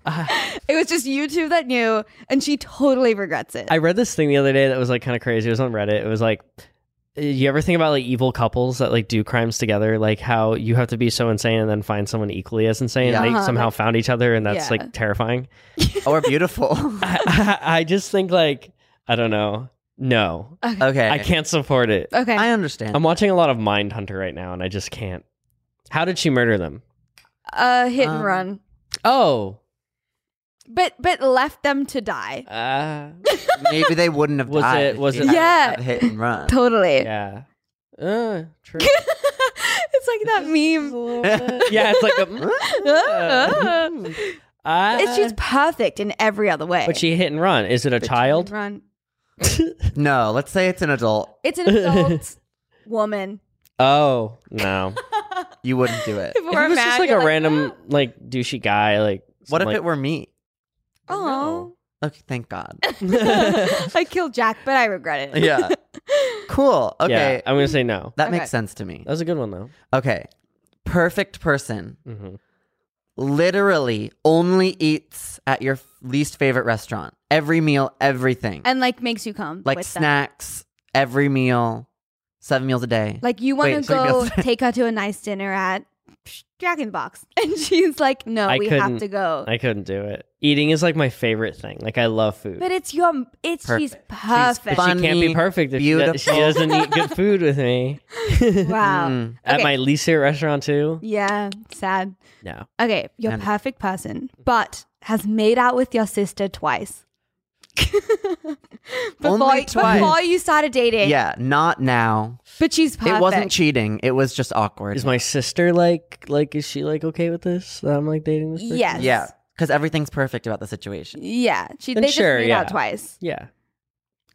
[SPEAKER 3] Ah.
[SPEAKER 1] it was just you two that knew, and she totally regrets it.
[SPEAKER 3] I read this thing the other day that was like kind of crazy. It was on Reddit. It was like, eh, you ever think about like evil couples that like do crimes together? Like how you have to be so insane and then find someone equally as insane.
[SPEAKER 2] Yeah.
[SPEAKER 3] and They
[SPEAKER 1] Uh-huh,
[SPEAKER 3] somehow
[SPEAKER 1] like-
[SPEAKER 3] found each other, and that's
[SPEAKER 1] Yeah.
[SPEAKER 3] like terrifying.
[SPEAKER 2] or Oh, beautiful?
[SPEAKER 3] I, I, I just think like I don't know. No,
[SPEAKER 2] okay.
[SPEAKER 3] I can't Um, support it.
[SPEAKER 1] okay.
[SPEAKER 2] I understand.
[SPEAKER 3] I'm watching a lot of Mindhunter right now, and I just can't. How did she murder them?
[SPEAKER 1] uh hit
[SPEAKER 2] Um,
[SPEAKER 1] and run
[SPEAKER 3] Oh,
[SPEAKER 1] but but left them to die
[SPEAKER 3] uh,
[SPEAKER 2] Maybe they wouldn't have
[SPEAKER 3] Was
[SPEAKER 2] died.
[SPEAKER 3] it-
[SPEAKER 2] if
[SPEAKER 3] was
[SPEAKER 2] she
[SPEAKER 3] it-
[SPEAKER 2] hadn't
[SPEAKER 1] Yeah.
[SPEAKER 2] had Hit and run.
[SPEAKER 1] totally
[SPEAKER 3] yeah, uh, true.
[SPEAKER 1] it's like that meme
[SPEAKER 3] yeah, it's like a. mm,
[SPEAKER 1] Ah.
[SPEAKER 3] Uh,
[SPEAKER 1] it's just perfect in every other way
[SPEAKER 3] But she hit and run. Is it a
[SPEAKER 1] But she
[SPEAKER 3] child?
[SPEAKER 1] hit and run.
[SPEAKER 2] No, let's say it's an adult.
[SPEAKER 1] it's an adult woman
[SPEAKER 3] Oh no!
[SPEAKER 2] You wouldn't do it.
[SPEAKER 1] if
[SPEAKER 3] if it was just like a random
[SPEAKER 1] oh
[SPEAKER 3] like douchey guy. Like
[SPEAKER 2] What if
[SPEAKER 3] some,
[SPEAKER 2] it were me?
[SPEAKER 1] "Aw."
[SPEAKER 2] Okay, thank God.
[SPEAKER 1] i killed jack but i regret it
[SPEAKER 2] yeah. Cool.
[SPEAKER 3] like- Yeah,
[SPEAKER 2] Okay.
[SPEAKER 3] I'm gonna say no.
[SPEAKER 2] that
[SPEAKER 1] Okay.
[SPEAKER 2] makes sense to me.
[SPEAKER 3] That was a good one though.
[SPEAKER 2] Okay. Perfect person
[SPEAKER 3] hmm
[SPEAKER 2] literally only eats at your f- least favorite restaurant. Every meal, everything.
[SPEAKER 1] and like makes you come
[SPEAKER 2] like
[SPEAKER 1] with them.
[SPEAKER 2] snacks, every meal, seven meals a day.
[SPEAKER 1] like you want
[SPEAKER 2] Wait,
[SPEAKER 1] to
[SPEAKER 2] so you
[SPEAKER 1] go
[SPEAKER 2] guys-
[SPEAKER 1] take her to a nice dinner at jack in the box and she's like no
[SPEAKER 3] I
[SPEAKER 1] we have
[SPEAKER 3] couldn't-
[SPEAKER 1] to go
[SPEAKER 3] I couldn't do it. Eating is like my favorite thing. Like I love food.
[SPEAKER 1] But it's your it's she's
[SPEAKER 3] But
[SPEAKER 1] perfect.
[SPEAKER 2] fun.
[SPEAKER 3] she can't
[SPEAKER 2] Funny,
[SPEAKER 3] be perfect if she,
[SPEAKER 2] beautiful.
[SPEAKER 3] if she doesn't eat good food with me.
[SPEAKER 1] wow.
[SPEAKER 2] Mm.
[SPEAKER 3] At
[SPEAKER 1] Okay.
[SPEAKER 3] my least favorite restaurant too.
[SPEAKER 1] Yeah, sad.
[SPEAKER 3] No.
[SPEAKER 1] Okay, your
[SPEAKER 2] And-
[SPEAKER 1] perfect person, but has made out with your sister twice. before,
[SPEAKER 2] Only twice.
[SPEAKER 1] before you started dating.
[SPEAKER 2] Yeah, not now.
[SPEAKER 1] But she's perfect.
[SPEAKER 2] It wasn't cheating. It was just awkward.
[SPEAKER 3] Is my sister like like is she like okay with this? That I'm like dating this. person?
[SPEAKER 1] Yes.
[SPEAKER 2] yeah, because everything's perfect about the situation.
[SPEAKER 1] Yeah. She
[SPEAKER 3] Then
[SPEAKER 1] they
[SPEAKER 3] sure,
[SPEAKER 1] just made
[SPEAKER 3] yeah.
[SPEAKER 1] out twice.
[SPEAKER 3] Yeah.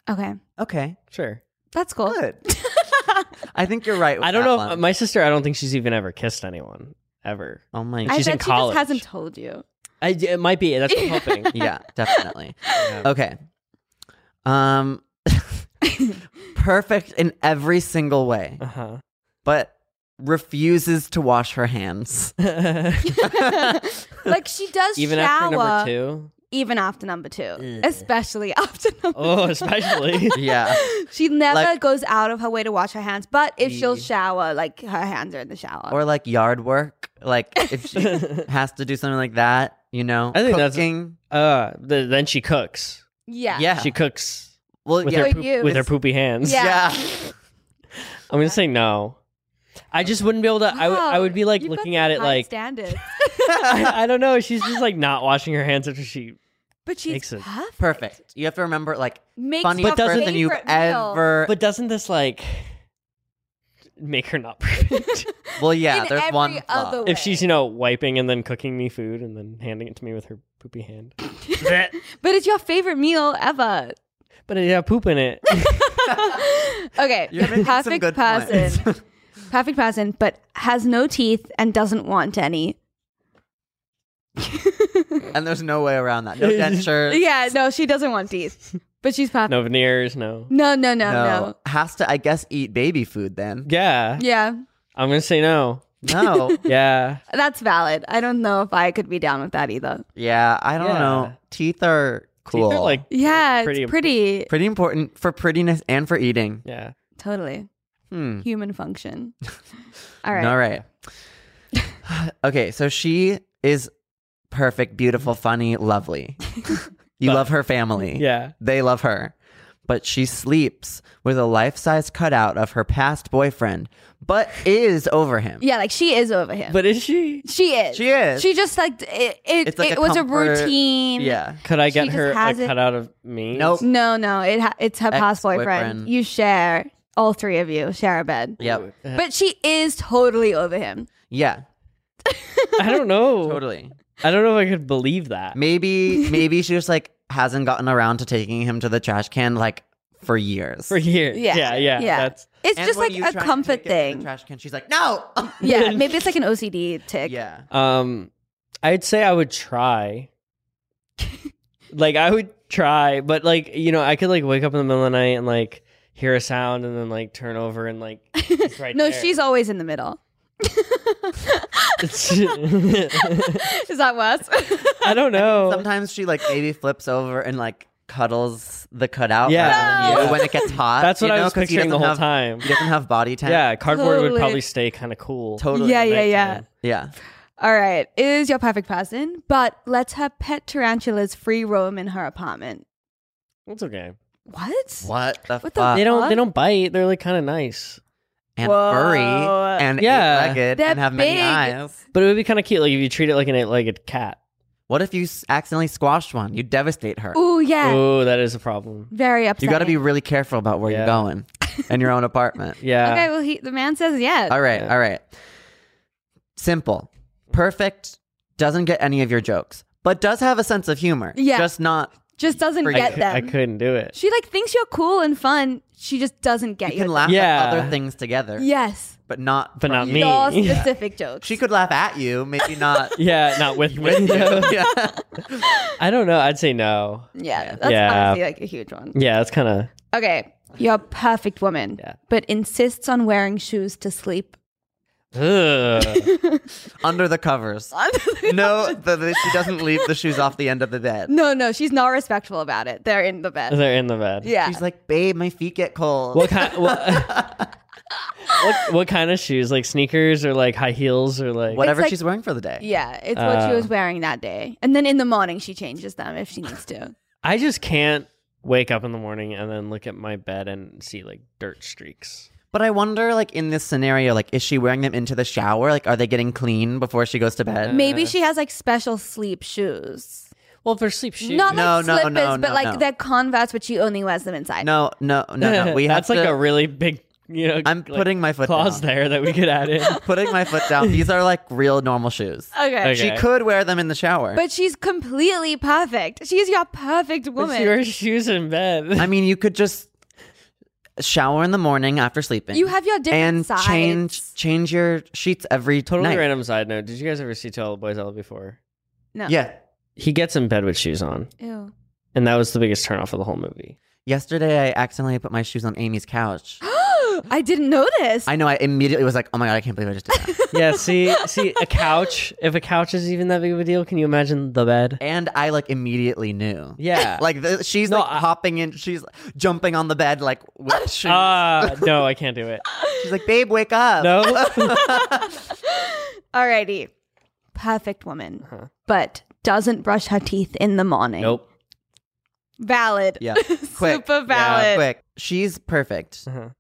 [SPEAKER 1] Okay.
[SPEAKER 2] Okay,
[SPEAKER 3] Sure.
[SPEAKER 1] That's cool.
[SPEAKER 2] good. I think you're right. with
[SPEAKER 3] I don't
[SPEAKER 2] that
[SPEAKER 3] know.
[SPEAKER 2] one.
[SPEAKER 3] If, my sister. I don't think she's even ever kissed anyone ever.
[SPEAKER 2] oh my.
[SPEAKER 1] I
[SPEAKER 3] She's in
[SPEAKER 1] bet she
[SPEAKER 3] college.
[SPEAKER 1] just hasn't told you.
[SPEAKER 3] I, it might be. That's what I'm hoping.
[SPEAKER 2] yeah, definitely.
[SPEAKER 3] Yeah.
[SPEAKER 2] Okay. Um, perfect in every single way,
[SPEAKER 3] Uh-huh.
[SPEAKER 2] but refuses to wash her hands.
[SPEAKER 1] like she does
[SPEAKER 3] Even
[SPEAKER 1] shower
[SPEAKER 3] after number two.
[SPEAKER 1] even after number two.
[SPEAKER 2] Ugh.
[SPEAKER 1] Especially after number
[SPEAKER 3] Oh,
[SPEAKER 1] two.
[SPEAKER 3] especially.
[SPEAKER 2] yeah.
[SPEAKER 1] She never
[SPEAKER 2] Like-
[SPEAKER 1] goes out of her way to wash her hands, but if she'll
[SPEAKER 3] Yeah.
[SPEAKER 1] shower, like her hands are in the shower.
[SPEAKER 2] Or like yard work, like if she
[SPEAKER 3] uh,
[SPEAKER 2] has to do something like that, you know.
[SPEAKER 3] I think that's-
[SPEAKER 2] cooking.
[SPEAKER 3] th- Uh, then she cooks.
[SPEAKER 1] yeah.
[SPEAKER 2] yeah.
[SPEAKER 3] She cooks
[SPEAKER 2] well,
[SPEAKER 3] with
[SPEAKER 2] yeah. oh,
[SPEAKER 3] her
[SPEAKER 1] For
[SPEAKER 3] poop,
[SPEAKER 1] you.
[SPEAKER 3] with her poopy hands.
[SPEAKER 1] Yeah.
[SPEAKER 3] I'm gonna say no. I just wouldn't be able to. I would. I
[SPEAKER 1] Wow,
[SPEAKER 3] would be like
[SPEAKER 1] You've got
[SPEAKER 3] looking
[SPEAKER 1] some
[SPEAKER 3] at it
[SPEAKER 1] high
[SPEAKER 3] like
[SPEAKER 1] standards.
[SPEAKER 3] I, I don't know. She's just like not washing her hands after she
[SPEAKER 1] But she's
[SPEAKER 3] Makes it
[SPEAKER 1] perfect.
[SPEAKER 2] Perfect. You have to remember like
[SPEAKER 1] Makes
[SPEAKER 2] funny
[SPEAKER 1] her
[SPEAKER 3] But doesn't-
[SPEAKER 2] person you've
[SPEAKER 1] favorite meal.
[SPEAKER 2] ever.
[SPEAKER 3] But doesn't this like make her not perfect?
[SPEAKER 2] well, yeah.
[SPEAKER 1] in
[SPEAKER 2] there's
[SPEAKER 1] every
[SPEAKER 2] one flaw.
[SPEAKER 1] other
[SPEAKER 3] if she's you know wiping and then cooking me food and then handing it to me with her poopy hand. Blech.
[SPEAKER 1] But it's your favorite meal ever.
[SPEAKER 3] but uh, yeah, poop in it.
[SPEAKER 1] okay,
[SPEAKER 2] You're making some
[SPEAKER 1] perfect
[SPEAKER 2] good
[SPEAKER 1] person,
[SPEAKER 2] points.
[SPEAKER 1] perfect person, but has no teeth and doesn't want any.
[SPEAKER 2] and there's no way around that. No dentures.
[SPEAKER 1] Yeah, no, she doesn't want teeth, but she's perfect.
[SPEAKER 3] no veneers. No.
[SPEAKER 1] No, no, no, no.
[SPEAKER 2] no. Has to, I guess, eat baby food then.
[SPEAKER 3] Yeah,
[SPEAKER 1] Yeah,
[SPEAKER 3] I'm gonna say no.
[SPEAKER 2] No.
[SPEAKER 3] Yeah,
[SPEAKER 1] that's valid. I don't know if I could be down with that either.
[SPEAKER 2] yeah. I don't
[SPEAKER 3] Yeah.
[SPEAKER 2] know. Teeth are cool.
[SPEAKER 3] Teeth are like
[SPEAKER 1] Yeah,
[SPEAKER 3] Pretty
[SPEAKER 1] it's pretty
[SPEAKER 2] pretty important for prettiness and for eating.
[SPEAKER 3] yeah.
[SPEAKER 1] totally
[SPEAKER 2] Hmm.
[SPEAKER 1] human function. All right.
[SPEAKER 2] All right. okay, so she is perfect, beautiful, funny, lovely. you
[SPEAKER 3] Mm-hmm. But-
[SPEAKER 2] love her family.
[SPEAKER 3] Yeah.
[SPEAKER 2] They love her. But she sleeps with a life size cutout of her past boyfriend, but is over him.
[SPEAKER 1] Yeah, like she is over him.
[SPEAKER 3] But is she?
[SPEAKER 1] she is.
[SPEAKER 2] She is.
[SPEAKER 1] She just like it. It,
[SPEAKER 2] It's like
[SPEAKER 1] it
[SPEAKER 2] a
[SPEAKER 1] was
[SPEAKER 2] comfort-
[SPEAKER 1] a routine.
[SPEAKER 2] Yeah.
[SPEAKER 3] Could I
[SPEAKER 1] She
[SPEAKER 3] get
[SPEAKER 1] just
[SPEAKER 3] her a
[SPEAKER 1] has it.
[SPEAKER 3] cutout of me?
[SPEAKER 2] Nope.
[SPEAKER 1] No, no, it ha- it's her past boyfriend.
[SPEAKER 2] Ex-boyfriend.
[SPEAKER 1] You share all three of you share a bed.
[SPEAKER 2] Yep.
[SPEAKER 1] But she is totally over him.
[SPEAKER 2] Yeah.
[SPEAKER 3] I don't know.
[SPEAKER 2] Totally.
[SPEAKER 3] I don't know if I could believe that.
[SPEAKER 2] Maybe maybe she just like hasn't gotten around to taking him to the trash can like for years.
[SPEAKER 3] For years.
[SPEAKER 1] Yeah,
[SPEAKER 3] Yeah. Yeah.
[SPEAKER 1] yeah.
[SPEAKER 3] That's
[SPEAKER 1] It's
[SPEAKER 2] And
[SPEAKER 1] just
[SPEAKER 2] when
[SPEAKER 1] like
[SPEAKER 2] you
[SPEAKER 1] a
[SPEAKER 2] try to
[SPEAKER 1] comfort
[SPEAKER 2] take it to the
[SPEAKER 1] thing.
[SPEAKER 2] trash can. She's like, no.
[SPEAKER 1] Yeah, maybe it's like an OCD tick.
[SPEAKER 2] yeah.
[SPEAKER 3] um I'd say I would try. like I would try, but like, you know, I could like wake up in the middle of the night and like hear a sound and then like turn over and like it's right
[SPEAKER 1] no,
[SPEAKER 3] there.
[SPEAKER 1] she's always in the middle. Is that worse?
[SPEAKER 3] I don't know.
[SPEAKER 2] Sometimes she like maybe flips over and like cuddles the cutout.
[SPEAKER 3] Yeah.
[SPEAKER 2] rather than
[SPEAKER 1] No.
[SPEAKER 2] you when it gets hot.
[SPEAKER 3] That's what
[SPEAKER 2] you
[SPEAKER 3] I
[SPEAKER 2] know,
[SPEAKER 3] was
[SPEAKER 2] 'cause he
[SPEAKER 3] picturing the
[SPEAKER 2] doesn't
[SPEAKER 3] whole
[SPEAKER 2] have-
[SPEAKER 3] time.
[SPEAKER 2] He doesn't have body temp.
[SPEAKER 3] Yeah, cardboard
[SPEAKER 1] Totally.
[SPEAKER 3] would probably stay kind of cool.
[SPEAKER 2] totally.
[SPEAKER 1] yeah, yeah, yeah.
[SPEAKER 2] yeah.
[SPEAKER 1] All right. Is your perfect person, but lets her pet tarantulas free roam in her apartment.
[SPEAKER 3] It's okay.
[SPEAKER 1] What?
[SPEAKER 2] What the
[SPEAKER 1] What the-
[SPEAKER 2] fuck?
[SPEAKER 3] They don't. They
[SPEAKER 1] Fuck.
[SPEAKER 3] don't bite. They're like kind of nice.
[SPEAKER 2] and
[SPEAKER 1] Whoa.
[SPEAKER 2] furry and
[SPEAKER 3] Yeah.
[SPEAKER 2] eight-legged
[SPEAKER 1] They're
[SPEAKER 2] and have many
[SPEAKER 1] big.
[SPEAKER 2] eyes.
[SPEAKER 3] But it would be kind of cute, like if you treat it like an eight-legged cat.
[SPEAKER 2] What if you s- accidentally squashed one? You devastate her.
[SPEAKER 1] Ooh, yeah.
[SPEAKER 3] Oh, that is a problem.
[SPEAKER 1] Very upset.
[SPEAKER 2] You got to be really careful about where
[SPEAKER 3] Yeah.
[SPEAKER 2] you're going in your own apartment.
[SPEAKER 3] Yeah.
[SPEAKER 1] Okay, well, he, the man says yes.
[SPEAKER 2] All right,
[SPEAKER 3] Yeah.
[SPEAKER 2] all right. Simple, perfect. Doesn't get any of your jokes, but does have a sense of humor.
[SPEAKER 1] Yeah.
[SPEAKER 2] just not
[SPEAKER 1] Just doesn't
[SPEAKER 2] Freak.
[SPEAKER 1] get
[SPEAKER 3] I, cou-
[SPEAKER 1] them.
[SPEAKER 3] I couldn't do it.
[SPEAKER 1] She like thinks you're cool and fun. She just doesn't get
[SPEAKER 2] You
[SPEAKER 1] you.
[SPEAKER 2] can laugh
[SPEAKER 3] Yeah.
[SPEAKER 2] at other things together,
[SPEAKER 1] Yes.
[SPEAKER 2] but not.
[SPEAKER 3] But not
[SPEAKER 2] from
[SPEAKER 3] me.
[SPEAKER 2] you.
[SPEAKER 1] Your
[SPEAKER 3] Yeah.
[SPEAKER 1] specific jokes.
[SPEAKER 2] She could laugh at you, maybe not.
[SPEAKER 3] Yeah, not with me.
[SPEAKER 2] with
[SPEAKER 3] though.
[SPEAKER 2] you. yeah.
[SPEAKER 3] I don't know. I'd say no.
[SPEAKER 1] yeah, that's
[SPEAKER 3] Yeah.
[SPEAKER 1] honestly like a huge one.
[SPEAKER 3] Yeah, it's kind of.
[SPEAKER 1] Okay, you're a perfect woman,
[SPEAKER 3] Yeah.
[SPEAKER 1] but insists on wearing shoes to sleep.
[SPEAKER 2] Under the covers. No, the, the, she doesn't leave the shoes off the end of the bed.
[SPEAKER 1] no, no, she's not respectful about it. They're in the bed.
[SPEAKER 3] They're in the bed.
[SPEAKER 1] Yeah.
[SPEAKER 2] She's like, babe, my feet get cold.
[SPEAKER 3] What kind? What, what, what kind of shoes? Like sneakers or like high heels or like
[SPEAKER 2] Whatever
[SPEAKER 1] like-
[SPEAKER 2] she's wearing for the day.
[SPEAKER 1] yeah, it's what she
[SPEAKER 3] Uh.
[SPEAKER 1] was wearing that day. And then in the morning, she changes them if she needs to.
[SPEAKER 3] I just can't wake up in the morning and then look at my bed and see like dirt streaks.
[SPEAKER 2] But I wonder, like in this scenario, like is she wearing them into the shower? Like, are they getting clean before she goes to bed?
[SPEAKER 1] Maybe she has like special sleep shoes.
[SPEAKER 3] Well, for sleep shoes.
[SPEAKER 1] Not
[SPEAKER 2] No,
[SPEAKER 1] like
[SPEAKER 2] no, no,
[SPEAKER 1] slippers, but
[SPEAKER 2] no,
[SPEAKER 1] like
[SPEAKER 2] no.
[SPEAKER 1] they're Converse, but she only wears them inside.
[SPEAKER 2] No, no, no, no. We have
[SPEAKER 3] That's like
[SPEAKER 2] to-
[SPEAKER 3] a really big, you know.
[SPEAKER 2] I'm
[SPEAKER 3] like,
[SPEAKER 2] putting my foot
[SPEAKER 3] clause
[SPEAKER 2] down.
[SPEAKER 3] there that we could add in.
[SPEAKER 2] Putting my foot down. These are like real normal shoes.
[SPEAKER 1] Okay.
[SPEAKER 2] She
[SPEAKER 3] Okay.
[SPEAKER 2] could wear them in the shower.
[SPEAKER 1] But she's completely perfect. She's your perfect
[SPEAKER 3] What's
[SPEAKER 1] woman.
[SPEAKER 3] your shoes in bed?
[SPEAKER 2] I mean, you could just shower in the morning after sleeping.
[SPEAKER 1] You have your different
[SPEAKER 2] and
[SPEAKER 1] sides.
[SPEAKER 2] change change your sheets every
[SPEAKER 3] Totally
[SPEAKER 2] night.
[SPEAKER 3] random side note. Did you guys ever see Tell All the Boys All before?
[SPEAKER 1] No.
[SPEAKER 2] Yeah.
[SPEAKER 3] He gets in bed with shoes on,
[SPEAKER 1] Ew.
[SPEAKER 3] and that was the biggest turnoff of the whole movie.
[SPEAKER 2] Yesterday, I accidentally put my shoes on Amy's couch.
[SPEAKER 1] I didn't notice.
[SPEAKER 2] I know. I immediately was like, "Oh my god, I can't believe I just did that."
[SPEAKER 3] Yeah, see, see, a couch. If a couch is even that big of a deal, can you imagine the bed?
[SPEAKER 2] and I like immediately knew.
[SPEAKER 3] Yeah.
[SPEAKER 2] Like the, she's
[SPEAKER 3] No,
[SPEAKER 2] like
[SPEAKER 3] I-
[SPEAKER 2] hopping in. She's jumping on the bed like with shoes.
[SPEAKER 3] Ah, no, I can't do it.
[SPEAKER 2] she's like, "Babe, wake up."
[SPEAKER 3] No,
[SPEAKER 1] Alrighty. Perfect woman.
[SPEAKER 2] Uh-huh.
[SPEAKER 1] But doesn't brush her teeth in the morning.
[SPEAKER 3] nope.
[SPEAKER 1] Valid.
[SPEAKER 2] Yeah. Quick.
[SPEAKER 1] Super
[SPEAKER 2] Yeah,
[SPEAKER 1] valid.
[SPEAKER 2] quick. She's perfect.
[SPEAKER 3] Uh-huh.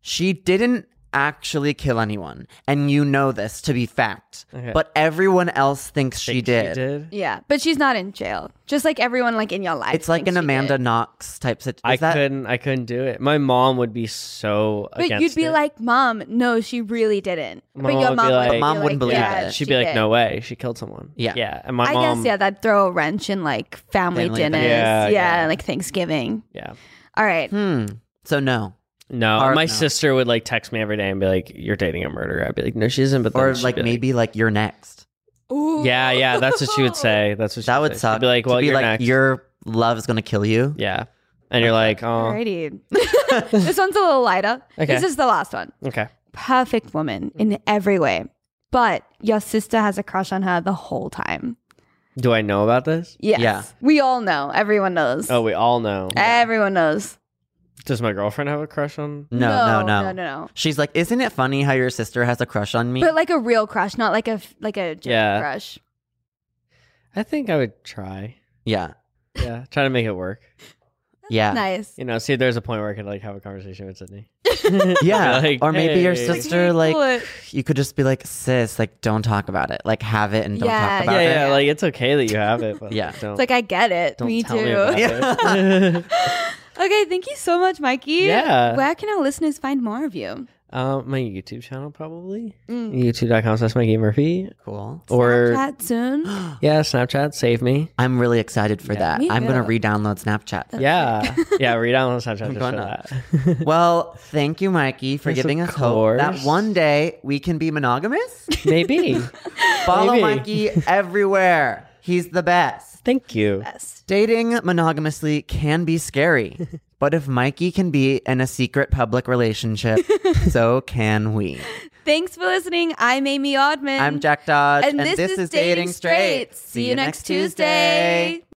[SPEAKER 2] She didn't actually kill anyone, and you know this to be fact.
[SPEAKER 3] Okay.
[SPEAKER 2] But everyone else thinks she did.
[SPEAKER 1] Yeah, but she's not in jail. Just like everyone like in your life.
[SPEAKER 2] It's like an
[SPEAKER 1] thinks she
[SPEAKER 2] Amanda
[SPEAKER 1] did.
[SPEAKER 2] Knox type situation.
[SPEAKER 3] I couldn't. I couldn't do it. My mom would be so.
[SPEAKER 1] But you'd
[SPEAKER 3] against
[SPEAKER 1] be
[SPEAKER 3] it.
[SPEAKER 1] like, Mom, no, she really didn't.
[SPEAKER 3] My
[SPEAKER 1] but
[SPEAKER 3] mom
[SPEAKER 1] your
[SPEAKER 3] would be
[SPEAKER 1] mom,
[SPEAKER 3] like-
[SPEAKER 1] would
[SPEAKER 3] But
[SPEAKER 2] mom
[SPEAKER 1] be
[SPEAKER 2] wouldn't
[SPEAKER 1] like,
[SPEAKER 2] believe
[SPEAKER 1] yeah,
[SPEAKER 2] it.
[SPEAKER 3] she'd be like,
[SPEAKER 1] did.
[SPEAKER 3] "No way, she killed someone."
[SPEAKER 2] Yeah.
[SPEAKER 3] yeah. And my
[SPEAKER 1] I
[SPEAKER 3] mom.
[SPEAKER 1] guess yeah, that'd throw a wrench in like family,
[SPEAKER 2] Um, Family
[SPEAKER 1] dinners,
[SPEAKER 2] dinners.
[SPEAKER 3] Yeah,
[SPEAKER 1] yeah,
[SPEAKER 3] yeah.
[SPEAKER 1] like Thanksgiving.
[SPEAKER 3] yeah.
[SPEAKER 1] All right,
[SPEAKER 2] Hmm. So no.
[SPEAKER 3] No,
[SPEAKER 2] Or-
[SPEAKER 3] my
[SPEAKER 2] no.
[SPEAKER 3] sister would like text me every day and be like, "You're dating a murderer." I'd be like, "No, she isn't." But then
[SPEAKER 2] Or
[SPEAKER 3] she'd
[SPEAKER 2] like
[SPEAKER 3] be
[SPEAKER 2] maybe like you're next.
[SPEAKER 1] Ooh.
[SPEAKER 3] Yeah, yeah. That's what she would say. That's what she
[SPEAKER 2] That would
[SPEAKER 3] say.
[SPEAKER 2] suck.
[SPEAKER 3] She'd be like,
[SPEAKER 2] to
[SPEAKER 3] "Well,
[SPEAKER 2] be
[SPEAKER 3] you're
[SPEAKER 2] like
[SPEAKER 3] next."
[SPEAKER 2] your love is gonna kill you.
[SPEAKER 3] Yeah. And you're like, "Oh,
[SPEAKER 1] Alrighty. this one's a little lighter.
[SPEAKER 3] Okay.
[SPEAKER 1] This is the last one.
[SPEAKER 3] okay."
[SPEAKER 1] Perfect woman
[SPEAKER 2] Hmm.
[SPEAKER 1] in every way, but your sister has a crush on her the whole time.
[SPEAKER 3] Do I know about this?
[SPEAKER 1] Yes.
[SPEAKER 2] Yeah.
[SPEAKER 1] We all know. Everyone knows.
[SPEAKER 3] Oh, we all know.
[SPEAKER 2] Eh.
[SPEAKER 1] Everyone knows.
[SPEAKER 3] Does my girlfriend have a crush on?
[SPEAKER 2] No, no, no,
[SPEAKER 1] no, no, no.
[SPEAKER 2] She's like, isn't it funny how your sister has a crush on me?
[SPEAKER 1] But like a real crush, not like a f- like a joke
[SPEAKER 3] Yeah.
[SPEAKER 1] crush.
[SPEAKER 3] I think I would try.
[SPEAKER 2] yeah,
[SPEAKER 3] Yeah, try to make it work.
[SPEAKER 2] yeah,
[SPEAKER 1] Nice.
[SPEAKER 3] You know, see, if there's a point where I could like have a conversation with Sydney.
[SPEAKER 2] yeah.
[SPEAKER 3] Like,
[SPEAKER 2] or maybe your
[SPEAKER 3] hey.
[SPEAKER 2] sister,
[SPEAKER 1] Hey,
[SPEAKER 2] like,
[SPEAKER 1] cool it.
[SPEAKER 2] you could just be like, sis, like, don't talk about it. Like, have it and don't
[SPEAKER 1] Yeah,
[SPEAKER 2] talk
[SPEAKER 3] Yeah,
[SPEAKER 2] about it.
[SPEAKER 3] yeah. Like it's okay that you have it, but
[SPEAKER 2] Yeah.
[SPEAKER 3] like, don't,
[SPEAKER 1] It's like I get it.
[SPEAKER 3] don't
[SPEAKER 1] me
[SPEAKER 3] tell
[SPEAKER 1] too.
[SPEAKER 3] me about
[SPEAKER 2] Yeah.
[SPEAKER 3] it.
[SPEAKER 1] okay, thank you so much, Mikey.
[SPEAKER 3] Yeah.
[SPEAKER 1] Where can our listeners find more of you?
[SPEAKER 3] um, my YouTube channel probably
[SPEAKER 1] Mm.
[SPEAKER 3] youtube.com slash Mikey Murphy
[SPEAKER 2] Cool.
[SPEAKER 3] or
[SPEAKER 1] Chat soon.
[SPEAKER 3] yeah Snapchat save me
[SPEAKER 2] I'm really excited for
[SPEAKER 3] Yeah.
[SPEAKER 2] that.
[SPEAKER 1] Me
[SPEAKER 2] I'm gonna
[SPEAKER 1] too.
[SPEAKER 2] re-download Snapchat.
[SPEAKER 3] yeah yeah read out on Snapchat
[SPEAKER 2] I'm
[SPEAKER 3] just for
[SPEAKER 2] going
[SPEAKER 3] that
[SPEAKER 2] Well, thank you, Mikey, for
[SPEAKER 3] Yes,
[SPEAKER 2] giving
[SPEAKER 3] of
[SPEAKER 2] us hope that
[SPEAKER 3] course.
[SPEAKER 2] one day we can be monogamous.
[SPEAKER 3] maybe
[SPEAKER 2] Follow
[SPEAKER 3] Maybe.
[SPEAKER 2] Mikey everywhere. He's the best.
[SPEAKER 3] thank you
[SPEAKER 1] Best.
[SPEAKER 2] Dating monogamously can be scary, but if Mikey can be in a secret public relationship, so can we.
[SPEAKER 1] Thanks for listening. I'm Amy Oddman.
[SPEAKER 2] I'm Jack Dodge,
[SPEAKER 1] And, this, is, Dating Straight. See you next Tuesday.